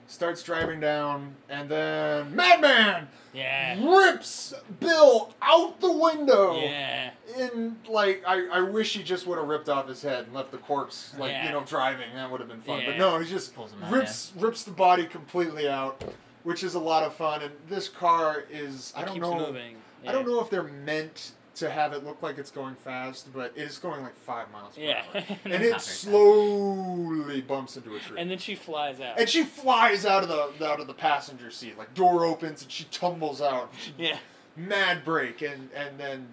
D: starts driving down, and then Madman
E: Yeah.
D: rips Bill out the window.
E: Yeah.
D: in like I, I wish he just would have ripped off his head and left the corpse like you
E: Yeah.
D: know driving that would have been fun but
E: Yeah.
D: no he just
C: Pulls him out,
D: rips rips the body completely out which is a lot of fun and this car is I
E: It
D: don't
E: keeps
D: know
E: Moving.
D: I don't know if they're meant to have it look like it's going fast but it's going like five miles per
E: Yeah.
D: hour and
C: Not very
D: it
C: fast.
D: slowly bumps into a tree
E: and then she flies out.
D: and she flies out of the out of the passenger seat like door opens and she tumbles out
E: yeah.
D: mad break, and and then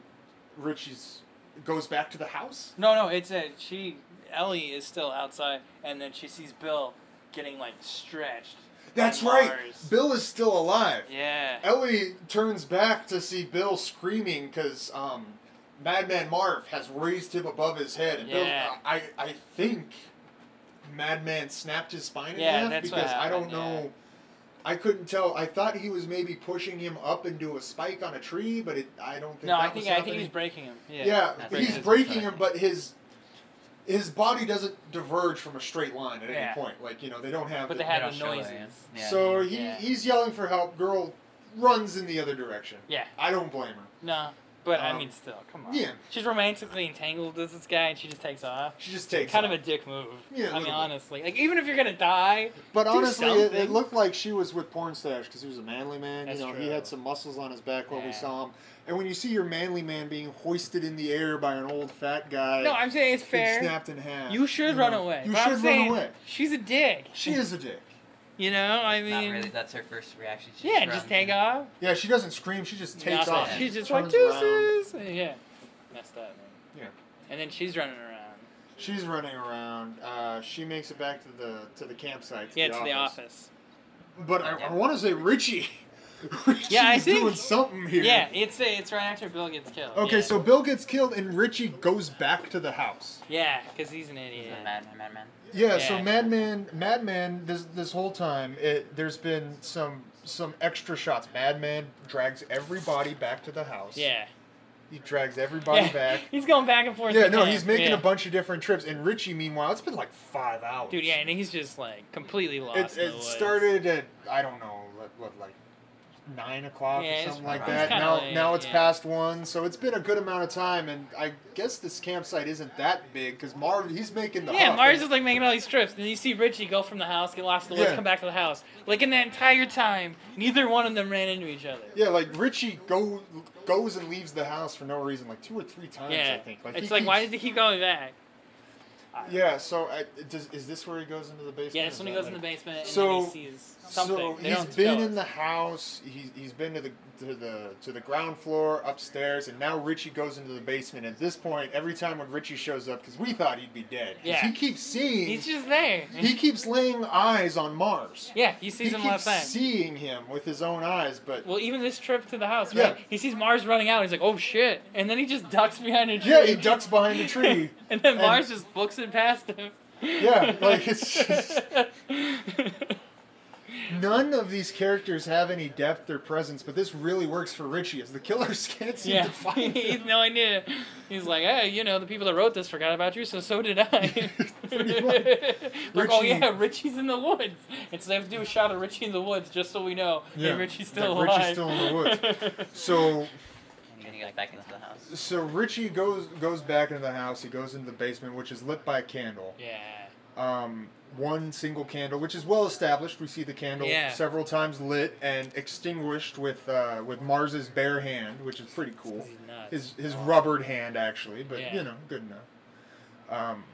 D: Richie's goes back to the house.
E: No, no, it's a she. Ellie is still outside, and then she sees Bill getting like stretched.
D: That's
E: on
D: right.
E: Mars.
D: Bill is still alive.
E: Yeah.
D: Ellie turns back to see Bill screaming because um, Madman Marv has raised him above his head, and
E: Yeah.
D: Bill, I I think Madman snapped his spine
E: Yeah,
D: in half
E: that's what
D: because I don't
E: happened,
D: know. I couldn't tell. I thought he was maybe pushing him up into a spike on a tree, but it, I don't think.
E: No,
D: that
E: I think
D: was
E: I think
D: happening.
E: he's breaking him. Yeah.
D: Yeah,
C: That's
D: but
C: right.
D: he's
C: That's
D: breaking
C: right.
D: him, but his his body doesn't diverge from a straight line at
E: Yeah.
D: any point. Like you know, they don't have.
E: But
D: the-
E: they had
C: don't
E: the
C: show it,
E: noises.
C: yeah. Yeah.
D: so he
E: Yeah.
D: he's yelling for help. Girl runs in the other direction.
E: Yeah.
D: I don't blame her.
E: No, but I
D: Um,
E: mean, still, come on.
D: yeah.
E: She's romantically entangled with this guy, and she just takes off.
D: She just takes
E: kind
D: off.
E: of a dick move. I
D: Yeah, a little
E: mean,
D: bit.
E: honestly, like even if you're gonna die,
D: But
E: do
D: honestly, it, it
E: something.
D: looked like she was with porn stash because he was a manly man.
E: That's
D: you know, he
E: true.
D: had some muscles on his back when we
E: Yeah.
D: saw him. And when you see your manly man being hoisted in the air by an old fat guy,
E: no, I'm saying it's
D: being
E: fair.
D: snapped in half.
E: You should run
D: know,
E: away.
D: You
E: but
D: should
E: I'm saying,
D: run away.
E: She's a dick.
D: She is a dick.
E: You know, I mean,
C: Not really. That's her first reaction. She
E: yeah,
C: runs
E: just take
C: and-
E: off.
D: Yeah, she doesn't scream. She just takes
E: Nothing.
D: off.
C: Yeah.
E: She's just like
D: turns around.
E: deuces. Yeah, messed up. Man.
D: Yeah.
E: And then she's running around.
D: She's running around. Uh, she makes it back to the to the campsite. To
E: Yeah,
D: the
E: to
D: office.
E: the office.
D: But I, I want to say Richie. Richie's
E: Yeah, I think-
D: doing something here.
E: Yeah, it's it's right after Bill gets killed.
D: Okay,
E: yeah.
D: so Bill gets killed and Richie goes back to the house.
E: yeah, because he's an
C: He's
E: idiot.
C: a madman, madman.
D: Yeah, so
E: Yeah.
D: Madman, Madman, this this whole time, it, there's been some some extra shots. Madman drags everybody back to the house.
E: Yeah.
D: he drags everybody
E: Yeah.
D: back.
E: He's going back and forth.
D: Yeah,
E: with
D: no,
E: him.
D: he's making
E: Yeah.
D: a bunch of different trips. And Richie, meanwhile, it's been like five hours.
E: Dude, yeah, and he's just like completely
D: it,
E: lost. in the
D: it
E: woods.
D: started at I don't know what, what like nine o'clock
E: Yeah,
D: or
E: it's
D: something like
C: probably-
D: that.
C: it's
E: kinda
D: Now
E: late,
D: now it's
E: yeah.
D: past one, so it's been a good amount of time. And I guess this campsite isn't that big because Marv he's making the
E: Yeah,
D: huff.
E: Mars is like making all these trips, and you see Richie go from the house, get lost in the woods,
D: Yeah.
E: come back to the house. Like in that entire time, neither one of them ran into each other.
D: Yeah, like Richie go goes and leaves the house for no reason, like two or three times
E: Yeah.
D: I think.
E: it's
D: he
E: like why
D: keeps-
E: does he keep going back?
D: Yeah, so I, does, is this where he goes into the basement?
E: Yeah,
D: Is
E: that's when he
D: that
E: goes in the
D: later?
E: basement and
D: So-
E: then he sees something.
D: So
E: They
D: he's
E: don't
D: been
E: tell
D: in the
E: us.
D: house. He's he's been to the to the to the ground floor upstairs, and now Richie goes into the basement. At this point, every time when Richie shows up, because we thought he'd be dead, 'cause
E: Yeah.
D: he keeps seeing.
E: He's just there.
D: he keeps laying eyes on Mars.
E: yeah, he sees
D: he
E: him last
D: keeps
E: time.
D: seeing him with his own eyes, but
E: well, even this trip to the house,
D: Yeah.
E: right? He sees Mars running out. He's like, "Oh shit!" And then he just ducks behind a tree.
D: yeah, he ducks behind the tree.
E: and then
D: And-
E: Mars just books it past him.
D: Yeah, like, it's just- None of these characters have any depth or presence, but this really works for Richie, as the killers can't seem
E: yeah.
D: to find
E: He's
D: him.
E: no idea. He's like, hey, you know, the people that wrote this forgot about you, so so did I.
D: Pretty much.
E: like, oh
D: Richie-
E: yeah, Richie's in the woods. And so they have to do a shot of Richie in the woods just so we know
D: Yeah.
E: that Richie's still
D: That
E: alive.
D: Richie's still in the So
C: And then he goes back into the house.
D: So Richie goes goes back into the house. He goes into the basement, which is lit by a candle.
E: yeah.
D: Um, one single candle, which is well established. We see the candle
E: Yeah.
D: several times lit and extinguished with uh, with Mars's bare hand, which is pretty cool.
E: He's nuts.
D: His his rubbered hand actually, but
E: Yeah.
D: you know, good enough. Um,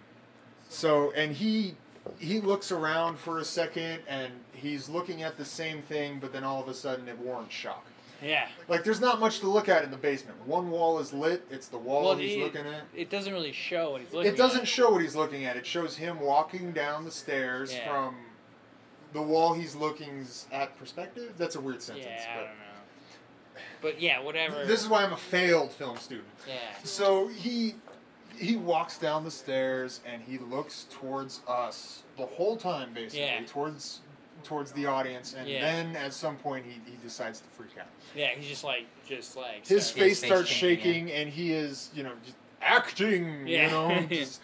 D: so and he he looks around for a second and he's looking at the same thing, but then all of a sudden it warrants shock.
E: yeah.
D: Like there's not much to look at in the basement. One wall is lit. It's the wall
E: Well,
D: he's
E: he-
D: looking at.
E: It doesn't really show what he's looking
D: It doesn't
E: at.
D: show what he's looking at. It shows him walking down the stairs
E: Yeah.
D: from the wall he's looking at perspective. That's a weird sentence,
E: Yeah, I don't know. But yeah, whatever.
D: but this is why I'm a failed film student.
E: yeah.
D: So he he walks down the stairs and he looks towards us the whole time, basically
E: Yeah.
D: towards towards the audience, and
E: Yeah.
D: then at some point he, he decides to freak out.
E: Yeah, he's just like, just like.
D: his
E: starts-
C: Yeah,
D: face
C: his face
D: starts
C: changing,
D: shaking and he is you know just acting
E: Yeah.
D: you know just-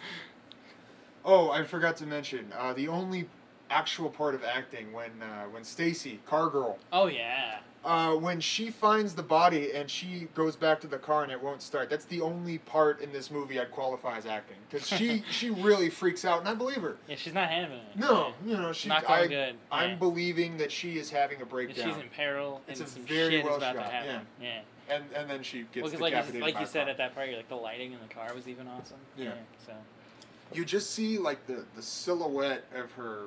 D: oh i forgot to mention uh, the only actual part of acting when uh, when stacy car girl
E: Oh yeah.
D: uh, when she finds the body and she goes back to the car and it won't start that's the only part in this movie i'd qualify as acting because she she really freaks out and i believe her
E: Yeah, she's not having it.
D: no you know she
E: not going
D: I,
E: good.
D: i'm
E: yeah.
D: believing that she is having a
E: And
D: breakdown
E: she's in peril,
D: It's
E: and
D: a
E: some
D: very
E: shit
D: well
E: is about to
D: shot,
E: happen. Yeah.
D: and and then she gets
E: Well, 'cause like you,
D: decapitated
E: like
D: by
E: you
D: a
E: said
D: car.
E: at that party, like the lighting in the car was even awesome.
D: Yeah.
E: so
D: you just see like the, the silhouette of her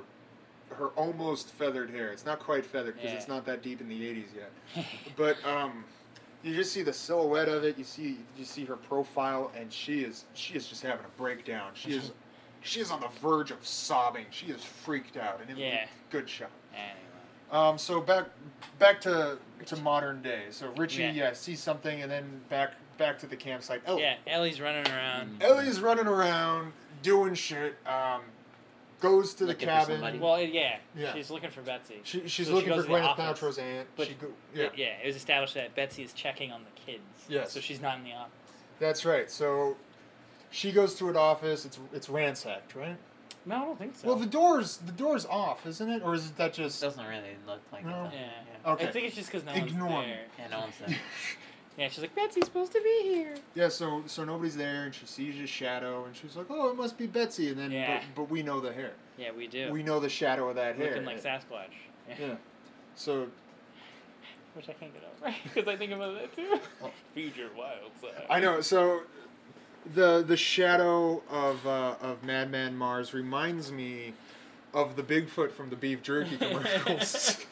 D: her almost feathered hair it's not quite feathered because
E: Yeah.
D: it's not that deep in the 80s yet but um you just see the silhouette of it. You see you see her profile, and she is she is just having a breakdown. She is she is on the verge of sobbing. She is freaked out. And it
E: Yeah.
D: good shot.
E: Anyway.
D: Um, so back back to to modern day. So Richie,
E: Yeah.
D: yeah. sees something, and then back back to the campsite. Oh, Ellie.
E: Yeah, Ellie's running around.
D: Ellie's running around doing shit. Um, goes to
C: Looking
D: the
C: for
D: cabin.
C: somebody.
E: Well, yeah,
D: Yeah.
E: she's looking for Betsy.
D: She, she's
E: So she
D: looking
E: goes
D: for
E: to the
D: Gwyneth
E: office.
D: Paltrow's aunt.
E: But
D: she go, yeah,
E: It- yeah, it was established that Betsy is checking on the kids.
D: Yes.
E: So she's not in the office.
D: that's right. So she goes to an office. It's it's ransacked, right?
E: No, I don't think so.
D: Well, the doors the doors off, isn't it? Or is that just?
C: doesn't really look like
D: No.
C: it.
E: yeah.
C: though.
D: Okay.
E: I think it's just because no
D: Ignore
E: one's
D: me.
E: there.
C: Yeah, no one's there.
E: Yeah, she's like, Betsy's supposed to be here.
D: Yeah. So so nobody's there, and she sees his shadow, and she's like, "Oh, it must be Betsy." And then,
E: Yeah.
D: but, but we know the hair.
E: Yeah, we do.
D: We know the shadow of that hair.
E: Looking like Sasquatch. Yeah.
D: Yeah. So
E: Which I can't get over because I think about that too. Feed your wild side.
D: I know. So the the shadow of uh, of Madman Mars reminds me of the Bigfoot from the beef jerky commercials.
C: Oh,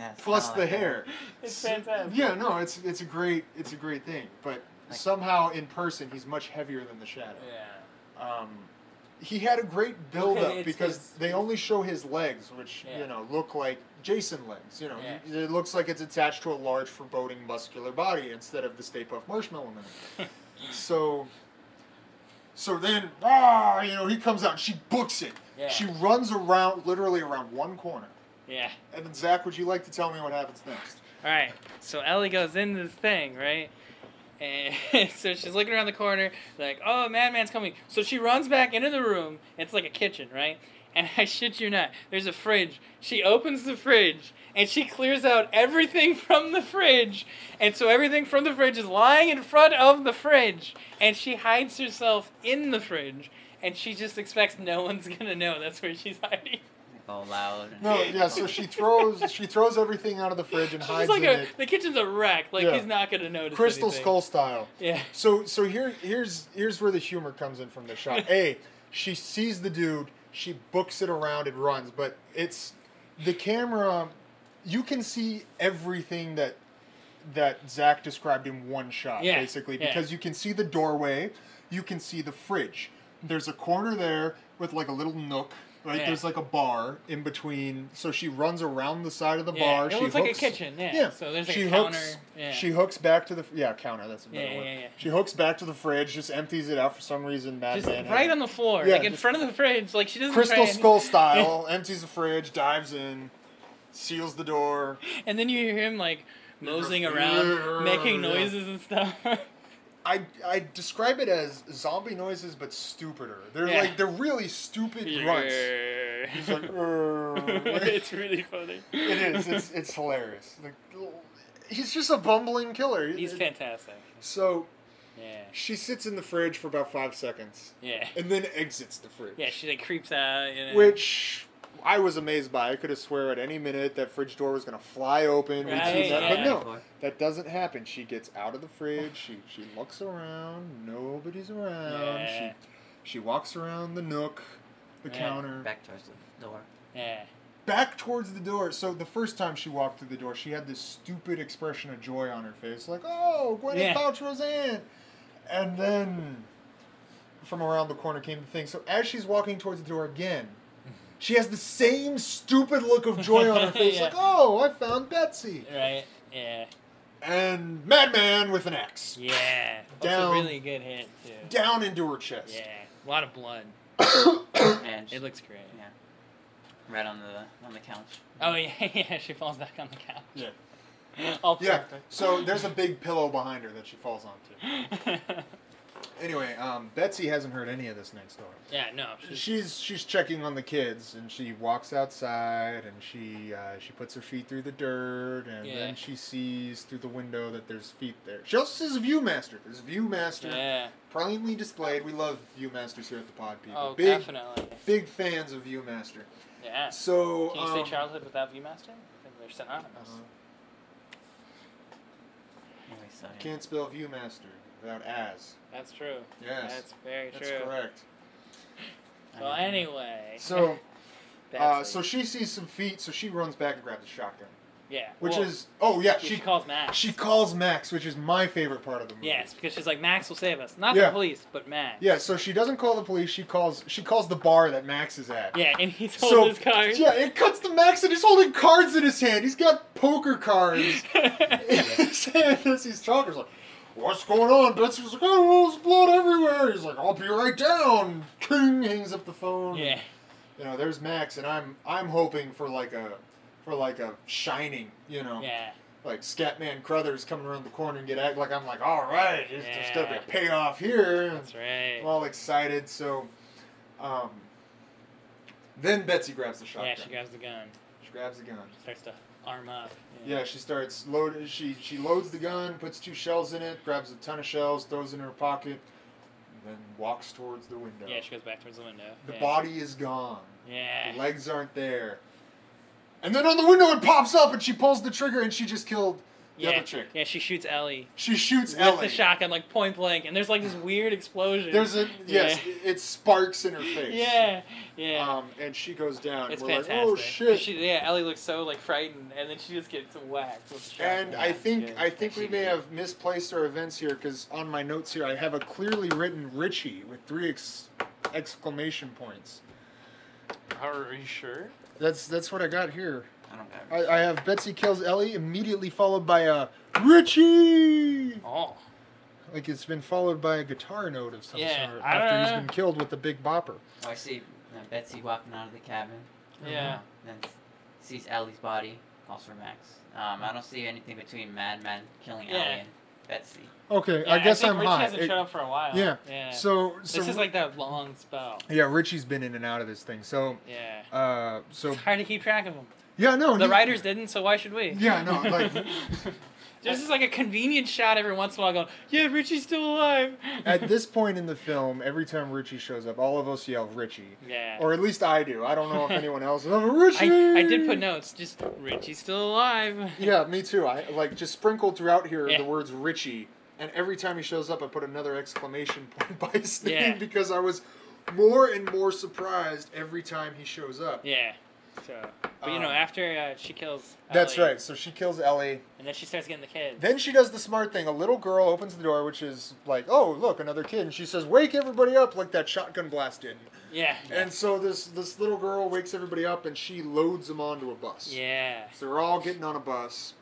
C: Yeah, it's
D: Plus
C: kinda
D: the
C: like that.
D: hair.
E: It's
D: S-
E: fantastic.
D: Yeah, no, it's it's a great it's a great thing. But
C: Like-
D: somehow in person he's much heavier than the shadow.
E: Yeah.
D: Um, he had a great build
E: Okay,
D: up
E: it's-
D: because
E: it's-
D: they only show his legs, which
E: Yeah.
D: you know look like Jason legs. You know,
E: Yeah.
D: it it looks like it's attached to a large, foreboding, muscular body instead of the Stay Puft Marshmallow Man. so, so then, ah, you know, he comes out. and She books it.
E: Yeah.
D: She runs around, literally around one corner.
E: Yeah.
D: And then Zach, would you like to tell me what happens next?
E: All right. So Ellie goes into this thing, right? And so she's looking around the corner, like, oh, Madman's coming. So she runs back into the room. It's like a kitchen, right? And I shit you not, there's a fridge. She opens the fridge and she clears out everything from the fridge. And so everything from the fridge is lying in front of the fridge. And she hides herself in the fridge. And she just expects no one's gonna know that's where she's hiding.
C: Go loud. And
D: No, yeah. So she throws she throws everything out of the fridge and
E: She's
D: hides
E: like
D: in
E: a,
D: it,
E: the kitchen's a wreck. Like
D: Yeah.
E: he's not gonna notice.
D: crystal
E: anything.
D: skull style.
E: Yeah.
D: So so here here's here's where the humor comes in from the shot. A, she sees the dude, she books it around and runs, but it's the camera you can see everything that that Zach described in one shot,
E: Yeah,
D: basically,
E: yeah.
D: because you can see the doorway, you can see the fridge. There's a corner there with like a little nook. Right,
E: Yeah.
D: there's like a bar in between, so she runs around the side of the
E: Yeah,
D: bar.
E: it
D: she
E: looks like a
D: hooks,
E: kitchen, yeah. So there's, like, a
D: she
E: counter,
D: Hooks,
E: yeah.
D: She hooks back to the yeah counter. That's a better
E: Yeah,
D: word.
E: yeah, yeah.
D: She hooks back to the fridge, just empties it out for some reason. Madman
E: Just
D: had-
E: right on the floor,
D: Yeah,
E: like in
D: just-
E: front of the fridge. Like she doesn't. try
D: crystal
E: and-
D: skull style. empties the fridge, dives in, seals the door.
E: And then you hear him like moseying around, making noises and stuff.
D: I I describe it as zombie noises, but stupider. They're
E: Yeah.
D: like they're really stupid grunts. It's like, "Urgh."
E: it's really funny.
D: it is. It's it's hilarious. Like, he's just a bumbling killer.
E: He's fantastic.
D: so
E: Yeah.
D: she sits in the fridge for about five seconds,
E: Yeah.
D: and then exits the fridge.
E: Yeah. She like creeps out. You know.
D: which I was amazed by. I could have swear at any minute that fridge door was gonna fly open. We'd
E: Right,
D: see that,
E: yeah.
D: But no, that doesn't happen. She gets out of the fridge. She she looks around. Nobody's around.
E: Yeah.
D: She she walks around the nook, the
E: Yeah,
D: counter, back.
C: Back towards the door.
E: Yeah.
D: towards the door. So the first time she walked through the door, she had this stupid expression of joy on her face, like "Oh, Gwyneth
E: Yeah.
D: Paltrow's aunt," and then. From around the corner came the thing. So as she's walking towards the door again, she has the same stupid look of joy on her face,
E: Yeah.
D: like, oh, I found Betsy.
E: Right. Yeah.
D: And Madman with an axe.
E: Yeah.
D: Down.
E: Also really good hit too.
D: Down into her chest.
E: Yeah. A lot of blood.
C: And
E: It looks great.
C: Yeah. right on the on the couch.
E: Oh yeah. Yeah. She falls back on the couch.
D: Yeah.
E: All
D: Yeah, So there's a big pillow behind her that she falls onto.
E: perfect.
D: Anyway, um, Betsy hasn't heard any of this next door.
E: yeah. No. She's,
D: She's she's checking on the kids, and she walks outside, and she uh, she puts her feet through the dirt, and
E: Yeah.
D: then she sees through the window that there's feet there. She also sees a ViewMaster. There's a ViewMaster.
E: yeah.
D: prominently displayed. We love Viewmasters here at the Pod People.
E: Oh,
D: big,
E: definitely.
D: big fans of Viewmaster.
E: Yeah.
D: So,
E: Can you
D: um,
E: say childhood without Viewmaster? I think They're synonymous.
D: uh,
C: Anyway, so yeah.
D: can't spell Viewmaster without as.
E: That's true.
D: Yes,
E: That's very
D: that's
E: true.
D: correct.
E: Well,
C: I mean,
E: anyway.
D: So, uh,
E: Betsy.
D: so she sees some feet, so she runs back and grabs a shotgun.
E: Yeah.
D: which
E: well,
D: is oh yeah,
E: she
D: she
E: calls Max.
D: she calls Max, which is my favorite part of the movie.
E: Yes, because she's like Max will save us, not
D: Yeah.
E: the police, but Max.
D: Yeah, so she doesn't call the police. She calls she calls the bar that Max is at.
E: Yeah, and he's
D: So
E: holding his cards.
D: yeah, it cuts to Max and he's holding cards in his hand. He's got poker cards in his hand as he's talking. He's like, "What's going on?" Betsy's like, "Oh, there's blood everywhere." He's like, "I'll be right down." King hangs up the phone.
E: yeah.
D: you know, there's Max, and I'm I'm hoping for like a for like a shining, you know,
E: Yeah.
D: like Scatman Crothers coming around the corner and get act like I'm like, all right, it's just a
E: Yeah.
D: big payoff here.
E: That's right.
D: I'm all excited. So, um, then Betsy grabs the shotgun.
E: yeah, she grabs the gun.
D: She grabs the gun.
E: Starts to arm up.
D: Yeah, she starts load. She she loads the gun, puts two shells in it, grabs a ton of shells, throws it in her pocket, and then walks towards the window.
E: Yeah, she goes back towards the window.
D: the
E: yeah.
D: body is gone.
E: Yeah.
D: The legs aren't there. And then on the window it pops up, and she pulls the trigger, and she just killed the
E: yeah.
D: other chick.
E: Yeah, she shoots Ellie.
D: She shoots
E: With
D: Ellie.
E: the shotgun, like point blank, and there's like this weird explosion.
D: There's a yes, it sparks in her face.
E: Yeah, yeah.
D: Um, and she goes down.
E: it's
D: We're
E: fantastic.
D: like, oh shit.
E: She, yeah, Ellie looks so like frightened, and then she just gets whacked. With the shotgun.
D: and I think
E: Yeah.
D: I think we may have misplaced our events here because on my notes here I have a clearly written Richie with three ex- exclamation points.
E: Are you sure?
D: That's that's what I got here.
C: I don't got
D: I, I have Betsy kills Ellie immediately followed by a Richie.
E: Oh,
D: Like it's been followed by a guitar note of some
E: Yeah,
D: sort
E: I
D: after
E: don't
D: he's
E: know.
D: been killed with the big bopper.
C: Oh, I see uh, Betsy walking out of the cabin. Uh,
D: Uh-huh.
E: yeah.
C: Then s- sees Ellie's body, calls for Max. Um, I don't see anything between Madman killing
E: Yeah.
C: Ellie and Betsy.
D: Okay,
E: Yeah,
D: I guess
E: think
D: am
E: Rich
D: hot.
E: hasn't
D: It-
E: shut up for a while.
D: yeah.
E: yeah.
D: So so
E: this is like that long spell.
D: yeah, Richie's been in and out of this thing. So
E: Yeah.
D: uh so
E: It's hard to keep track of them.
D: yeah no
E: The
D: he-
E: writers didn't, so why should we?
D: Yeah, no, like-
E: This is like a convenient shot every once in a while going, yeah, Richie's still alive.
D: at this point in the film, every time Richie shows up, all of us yell Richie,
E: yeah.
D: or at least I do. I don't know if anyone else. Oh, Richie!
E: I, I did put notes, just Richie's still alive.
D: Yeah, me too. I like just sprinkled throughout here
E: Yeah.
D: the words Richie, and every time he shows up, I put another exclamation point by his name
E: Yeah.
D: because I was more and more surprised every time he shows up.
E: Yeah. So, but you know,
D: Um,
E: after uh, she kills.
D: That's
E: Ellie,
D: right. So she kills Ellie.
E: And then she starts getting the kids.
D: Then she does the smart thing. A little girl opens the door, which is like, "Oh, look, another kid." And she says, "Wake everybody up!" Like that shotgun blast did.
E: yeah.
D: And so this this little girl wakes everybody up, and she loads them onto a bus.
E: Yeah.
D: So they're all getting on a bus,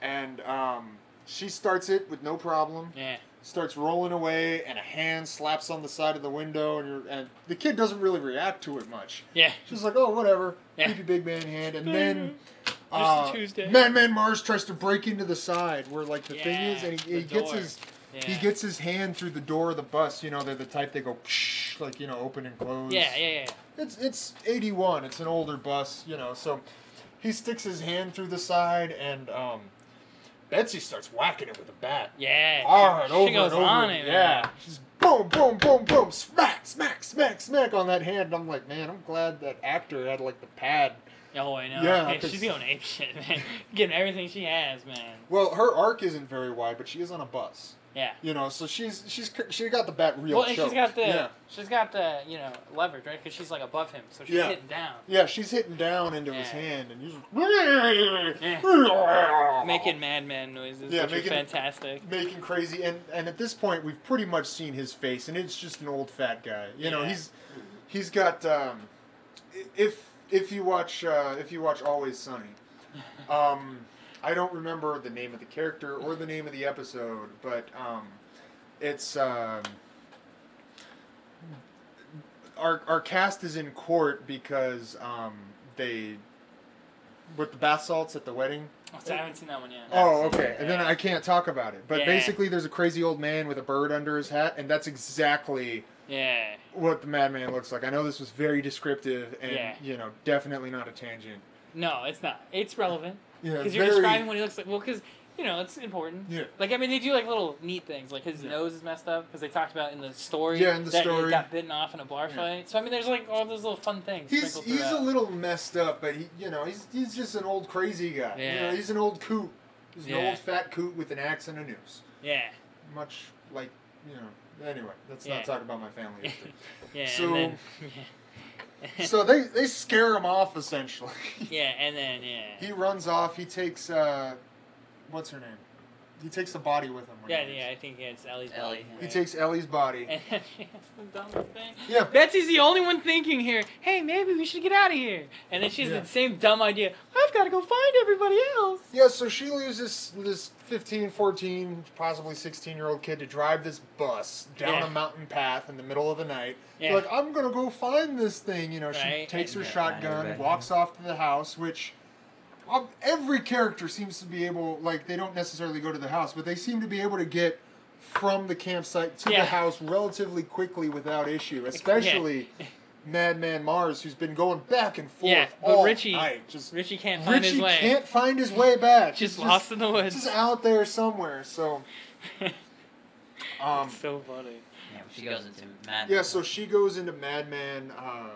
D: and um, she starts it with no problem.
E: Yeah.
D: Starts rolling away, and a hand slaps on the side of the window, and you're, and the kid doesn't really react to it much.
E: Yeah.
D: She's like, "Oh, whatever."
E: Yeah.
D: Creepy big man hand, and then. Uh,
E: Tuesday.
D: Madman Mars tries to break into the side where like the thing is,
E: Yeah,
D: and he, he
E: the
D: gets
E: door.
D: his
E: Yeah.
D: he gets his hand through the door of the bus. You know, they're the type they go psh, like you know, open and close.
E: Yeah, yeah, yeah.
D: It's it's eighty one. It's an older bus, you know. So he sticks his hand through the side, and um, Betsy starts whacking it with a bat.
E: Yeah.
D: Hard
E: she,
D: over
E: she goes
D: and over.
E: on it.
D: yeah.
E: man.
D: Just boom, boom, boom, boom, smack, smack, smack, smack on that hand. And I'm like, man, I'm glad that actor had like the pad.
E: Oh, I know.
D: Yeah,
E: Yeah,
D: 'cause-
E: she's going ape shit, man. Getting everything she has, man.
D: Well, her arc isn't very wide, but she is on a bus.
E: Yeah.
D: You know, so she's she's she got the bat real.
E: well, and
D: choked.
E: she's got the
D: yeah.
E: she's got the you know leverage, right? Because she's like above him, so she's
D: Yeah.
E: hitting down,
D: Yeah, she's hitting down into his
E: Yeah.
D: hand, and he's like,
E: making madman noises,
D: Yeah,
E: which are
D: making-
E: fantastic.
D: making crazy, and and at this point we've pretty much seen his face, and it's just an old fat guy. You know,
E: Yeah.
D: he's he's got um, i- if if you watch uh, if you watch Always Sunny, um, I don't remember the name of the character or the name of the episode, but um, it's um. Our, our cast is in court because um, they with the bath salts at the wedding
E: Oh, so I haven't seen that one yet.
D: Oh,
C: Absolutely.
D: okay. And then I can't talk about it. But
E: Yeah.
D: basically, there's a crazy old man with a bird under his hat, and that's exactly
E: Yeah,
D: what the madman looks like. I know this was very descriptive, and
E: Yeah.
D: you know, definitely not a tangent.
E: no, it's not. It's relevant
D: Yeah,
E: because
D: very.
E: you're describing what he looks like. Well, because you know it's important.
D: yeah.
E: Like I mean, they do like little neat things. Like his
D: Yeah.
E: nose is messed up because they talked about in the story.
D: Yeah, in the
E: that
D: story.
E: he got bitten off in a bar
D: Yeah.
E: fight. So I mean, there's like all those little fun things.
D: He's
E: sprinkled
D: he's a
E: throughout.
D: little messed up, but he you know he's he's just an old crazy guy. You
E: Yeah.
D: know, he's an old coot. He's an
E: Yeah.
D: old fat coot with an axe and a noose,
E: yeah,
D: much like you know. Anyway, let's
E: Yeah.
D: not talk about my family history.
E: yeah.
D: So-
E: and then,
D: so they they scare him off essentially.
E: yeah, and then yeah.
D: He runs off. He takes uh, what's her name? He takes the body with him. when
E: Yeah,
D: he leaves.
E: yeah, I think yeah, it's Ellie's
C: Ellie,
E: body.
C: yeah.
D: He
E: right?
D: takes Ellie's body.
E: And then she has the dumbest thing.
D: Yeah.
E: Betsy's the only one thinking here, hey, maybe we should get out of here. And then she has
B: Yeah.
E: the same dumb idea, I've got to go find everybody else.
D: Yeah, so she leaves this this 15, 14, possibly 16 year old kid to drive this bus down
E: Yeah.
D: a mountain path in the middle of the night.
E: Yeah.
D: Like, I'm going to go find this thing. You know, she
E: Right.
D: takes her
C: Yeah,
D: shotgun,
C: right.
D: walks off to the house, which um, every character seems to be able, like, they don't necessarily go to the house, but they seem to be able to get from the campsite to
E: Yeah.
D: the house relatively quickly without issue, especially Madman Mars, who's been going back and forth
E: Yeah, but
D: all
E: Richie-
D: night. Just,
E: Richie can't find
D: Richie
E: his way.
D: can't find his way back.
E: just,
D: He's
E: lost in the woods.
D: just out there somewhere. So, um,
E: It's so funny.
C: Yeah, she goes into Mad
D: yeah. So she goes into Madman uh,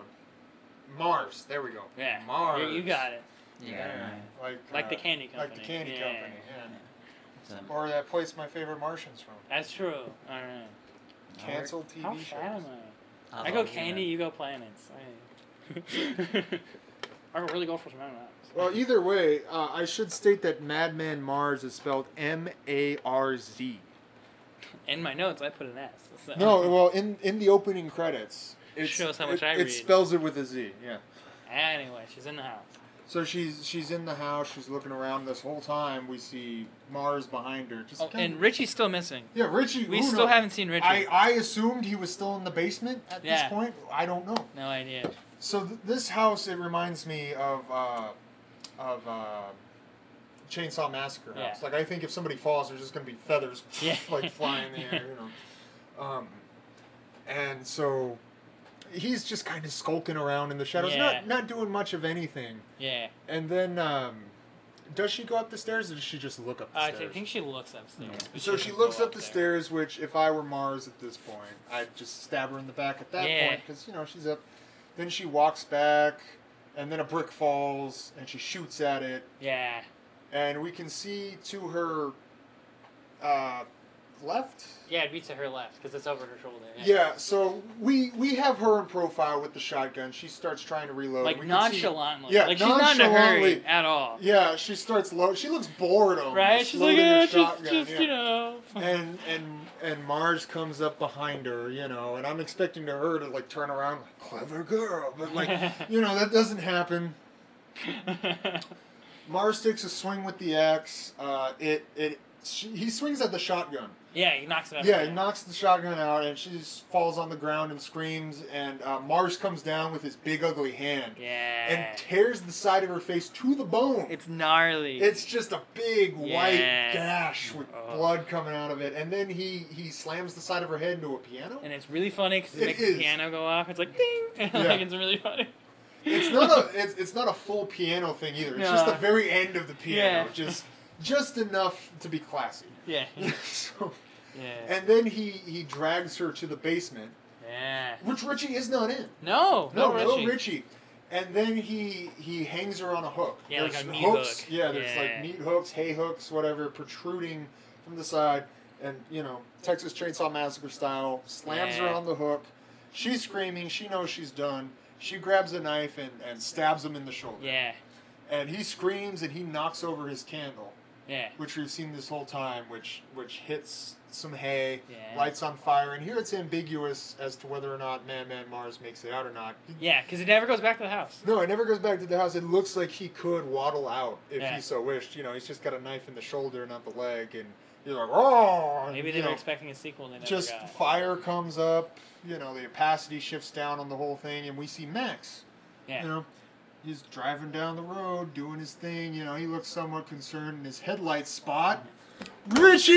D: Mars. There we go.
E: Yeah.
D: Mars.
E: You, you got it.
C: Yeah,
D: Like,
E: Like
D: uh,
E: the candy company.
D: Like the candy
E: Yeah.
D: company. Yeah.
C: it's a-
D: Or that place my favorite Martian's from.
E: That's true. All right.
D: Cancelled TV
E: How
D: shows.
E: fat am I?
C: I'll
E: I go
C: always do
E: candy, you go planets. I, I really go for some M&Ms.
D: Well, either way, uh, I should state that Madman Mars is spelled M A R Z.
E: In my notes, I put an S. So.
D: No, well, in in the opening credits, it
E: Shows how much
D: it,
E: I
D: It
E: read.
D: spells it with a Z. Yeah.
E: Anyway, she's in the house.
D: So she's she's in the house. She's looking around this whole time. We see Mars behind her. Just
E: Oh,
D: kinda-
E: and Richie's still missing.
D: yeah, Richie.
E: We
D: who
E: still
D: knows?
E: haven't seen Richie.
D: I I assumed he was still in the basement at
E: Yeah.
D: this point. I don't know.
E: no idea.
D: So th- this house it reminds me of uh, of uh, Chainsaw Massacre
E: Yeah.
D: house. Like I think if somebody falls, there's just gonna be feathers
E: Yeah.
D: like flying in the air. You know. Um, and so he's just kind of skulking around in the shadows,
E: Yeah.
D: not not doing much of anything.
E: Yeah.
D: And then, um, does she go up the stairs, or does she just look up the
E: Uh, I
D: stairs?
E: think she looks upstairs.
C: Yeah.
E: but
D: so she
E: doesn't
D: looks
E: go
D: up, the stairs, which, if I were Mars at this point, I'd just stab her in the back at that
E: Yeah.
D: point because you know she's up. Then she walks back, and then a brick falls, and she shoots at it,
E: there.
D: and we can see to her uh, left.
E: Yeah. Yeah, it'd be to her left because it's over her shoulder.
D: Yeah, so we we have her in profile with the shotgun. She starts trying to reload.
E: Like
D: we can see-
E: nonchalantly.
D: Yeah,
E: like she's not in a hurry
D: nonchalantly.
E: at all.
D: yeah, she starts low. She looks bored. Almost,
E: Right? She's like,
D: loading her
E: oh, just,
D: shotgun,
E: just
D: yeah.
E: you know.
D: and and and Mars comes up behind her, you know, and I'm expecting to her to like turn around, like, clever girl, but like, you know, that doesn't happen. Mars takes a swing with the axe. Uh, it it she, he swings at the shotgun.
E: yeah, he knocks it out.
D: Yeah, he knocks the shotgun out, and she just falls on the ground and screams. And uh, Mars comes down with his big ugly hand
E: Yeah.
D: and tears the side of her face to the bone.
E: it's gnarly.
D: It's just a big white
E: Yeah.
D: gash with
E: Oh.
D: blood coming out of it, and then he he slams the side of her head into a piano.
E: and it's really funny because it,
D: It
E: makes
D: is.
E: the piano go off. It's like ding.
D: Yeah.
E: like it's really funny.
D: It's not a it's, it's not a full piano thing either. It's just
E: No.
D: the very end of the piano,
E: Yeah.
D: just just enough to be classy.
E: yeah.
D: so,
E: Yeah.
D: and then he he drags her to the basement,
E: Yeah.
D: which Richie is not in.
E: No. No,
D: No, no
E: Richie.
D: Richie. And then he he hangs her on a hook.
E: Yeah, like a meat
D: hooks,
E: hook.
D: Yeah, there's
E: Yeah.
D: like meat hooks, hay hooks, whatever, protruding from the side, and you know Texas Chainsaw Massacre style. Slams her
E: Yeah.
D: on the hook. She's screaming. She knows she's done. She grabs a knife and, and stabs him in the shoulder.
E: Yeah.
D: And he screams and he knocks over his candle,
E: Yeah.
D: which we've seen this whole time, which which hits some hay,
E: Yeah.
D: lights on fire. And here it's ambiguous as to whether or not Man Man Mars makes it out or not. He
E: Yeah, because it never goes back to the house.
D: no, it never goes back to the house. It looks like he could waddle out if
E: Yeah.
D: he so wished. You know, he's just got a knife in the shoulder, not the leg, and you're like, oh. and,
E: Maybe
D: you
E: they were
D: know,
E: expecting a sequel and they never
D: Just
E: got.
D: fire comes up. You know, the opacity shifts down on the whole thing, and we see Max.
E: yeah.
D: You know, he's driving down the road, doing his thing. You know, he looks somewhat concerned in his headlights spot. Richie.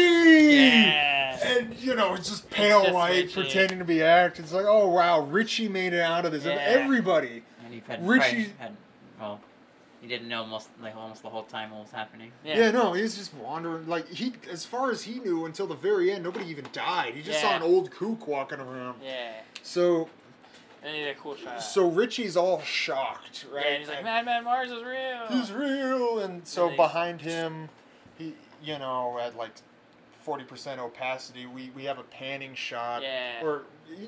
E: yeah.
D: And you know, it's just pale
E: just
D: white,
E: Richie.
D: pretending to be acting. It's like, oh wow, Richie made it out of this. And
E: Yeah.
D: everybody.
C: And he had
D: Richie-
C: Richie had well, he didn't know most like almost the whole time what was happening.
E: Yeah.
D: Yeah. no, he was just wandering. Like he, as far as he knew, until the very end, nobody even died. He just saw
E: Yeah.
D: an old kook walking around.
E: Yeah.
D: So,
E: And he did a cool shot.
D: so Richie's all shocked,
E: yeah,
D: right?
E: and he's like, oh." Madman Mars is real.
D: he's real, and so
E: And he's-
D: behind him, he, you know, at like forty percent opacity, we we have a panning shot,
E: Yeah.
D: or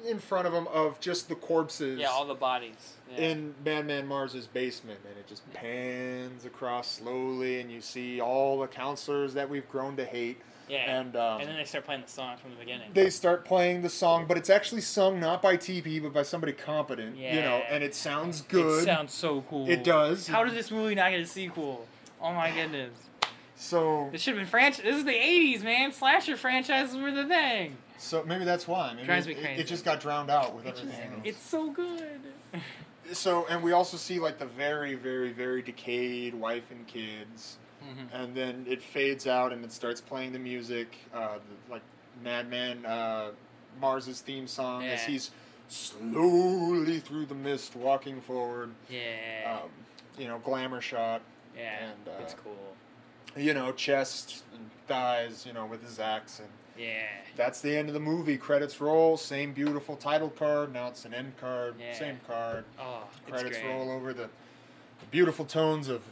D: in front of him of just the corpses
E: yeah, all the bodies. Yeah.
D: in Madman Mars's basement, and it just pans across slowly, and you see all the counselors that we've grown to hate,
E: yeah.
D: and um,
E: and then they start playing the song from the beginning.
D: they start playing the song, but it's actually sung not by TP but by somebody competent, you know,
E: Yeah.
D: and it sounds good.
E: It sounds so cool.
D: It does.
E: How did this movie not get a sequel? Oh my goodness.
D: so
E: This should have been franchise. This is the 80s, man. Slasher franchises were the thing.
D: so maybe that's why. Maybe
E: Drives
D: it,
E: me
D: it-
E: crazy.
D: it just got drowned out with
E: It just-
D: everything. else.
E: it's so good.
D: so and we also see like the very very very decayed wife and kids
E: Mm-hmm.
D: and then it fades out and it starts playing the music uh, the, like madman uh, mars's theme song as
E: Yeah.
D: he's slowly through the mist walking forward
E: Yeah.
D: um, you know glamour shot
E: yeah.
D: and, uh,
E: it's cool.
D: you know chest and thighs you know with his axe and
E: Yeah.
D: that's the end of the movie credits roll same beautiful title card now it's an end card
E: Yeah.
D: same card
E: Oh, it's
D: credits
E: great.
D: roll over the, the beautiful tones of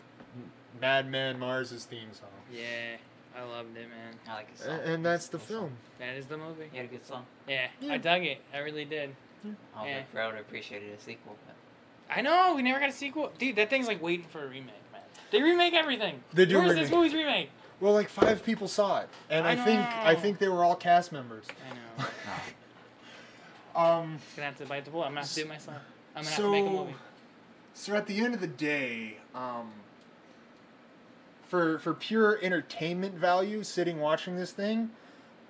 D: Madman Mars's theme song.
E: Yeah. I loved it, man.
C: I like his song.
D: And, that's the film.
E: That is the movie.
C: You had a good song.
E: Yeah.
D: Yeah.
E: I dug it. I really did.
C: I would,
E: Yeah.
C: Oh, I would have appreciated a sequel. But
E: I know. We never got a sequel. Dude, that thing's like waiting for a remake, man. They remake everything.
D: They do
E: Where's
D: remake.
E: this movie's remake?
D: Well, like five people saw it, and I,
E: I
D: think I
E: know.
D: think they were all cast members.
E: I know.
D: Um,
E: Gonna have to bite the bullet. I'm gonna have to do it myself. I'm gonna
D: so
E: have to make a movie.
D: so at the end of the day, um, for for pure entertainment value, sitting watching this thing,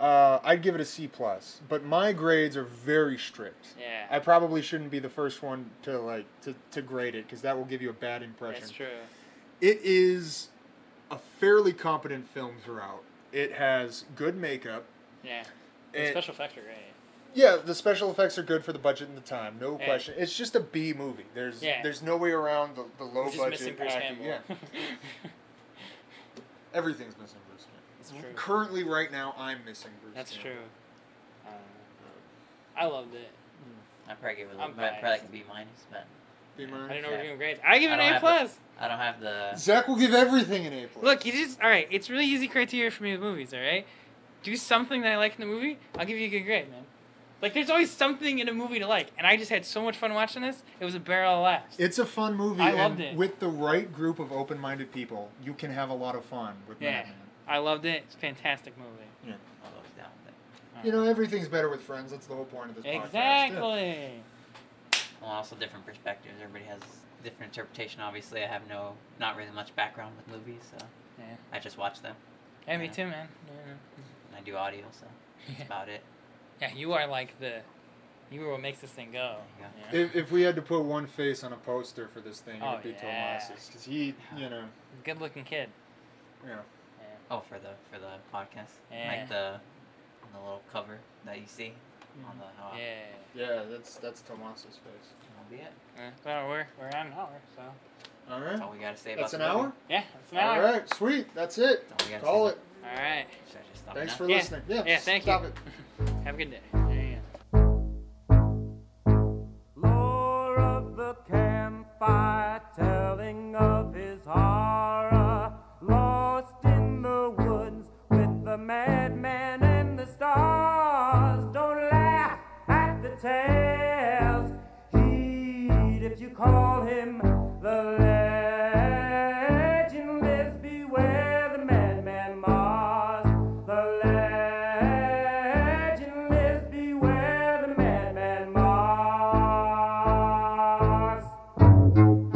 D: uh, I'd give it a C plus. But my grades are very strict.
E: Yeah.
D: I probably shouldn't be the first one to like to, to grade it because that will give you a bad impression.
E: That's true.
D: It is a fairly competent film throughout. It has good makeup.
E: Yeah.
D: It-
E: special effects are great.
D: yeah, the special effects are good for the budget and the time, no
E: Yeah.
D: question. It's just a B movie. There's
E: Yeah.
D: there's no way around the, the low
E: We're just
D: budget.
E: missing Bruce
D: acting.
E: Campbell.
D: Yeah, everything's missing Bruce Campbell.
E: That's true.
D: Currently, right now, I'm missing Bruce.
E: That's
D: Campbell.
E: true. Uh, I loved it.
C: I'd probably give it a
E: I'm
C: probably like
E: biased.
C: a B minus, but
D: Be
E: I
D: mine.
E: didn't know we were
C: Yeah.
E: doing great. I give it
C: I don't
E: an A
C: have
E: plus.
C: I don't have the.
D: Zach will give everything an A plus.
E: Look, you just all right. It's really easy criteria for me with movies. All right, do something that I like in the movie. I'll give you a good grade, man. Like there's always something in a movie to like, and I just had so much fun watching this. It was a barrel of laughs.
D: It's a fun movie.
E: I
D: and
E: loved it.
D: With the right group of open-minded people, you can have a lot of fun with
E: Yeah.
D: Madman.
E: I loved it. It's a fantastic movie.
C: All those down with
D: You know, everything's better with friends. That's the whole point of this podcast. Yeah.
E: Exactly.
C: it. Well, also different perspectives. Everybody has different interpretation. Obviously, I have no, not really much background with movies, so
E: Yeah.
C: I just watch them
E: Yeah, me
C: Yeah.
E: too, man.
C: and I do audio, so
E: Yeah.
C: that's about it.
E: Yeah, you are like the, you are what makes this thing go.
C: Yeah.
E: Yeah.
D: If, if we had to put one face on a poster for this thing, it
E: Oh,
D: would be
E: yeah.
D: Tomases. Because he, you know,
E: Good looking kid.
D: yeah. Uh-huh.
C: Oh, for the for the podcast,
E: Yeah.
C: like the the little cover that you see on the. Oh,
E: Yeah.
D: Yeah, that's that's Tomases' face.
C: That'll be it.
E: Uh, well, we're we're on an hour, so
D: All
C: That's
D: right.
C: all we gotta say about
D: That's an
C: the
D: hour?
C: movie.
E: yeah, that's an
D: All
E: hour.
D: right, sweet. That's it.
C: That's all we gotta
D: Call
C: say
D: it.
E: All right.
C: about- Should I just stop it
D: Thanks
C: now?
D: for
E: Yeah.
D: listening. Yeah,
E: Yeah, thank you.
D: stop it.
E: Have a good day. There you go.
F: Lore of the campfire telling of his horror. Lost in the woods with the madman and the stars. Don't laugh at the tales. Heed if you call him the legend lives. Beware the madman Mars. The legend lives. Beware the madman Mars.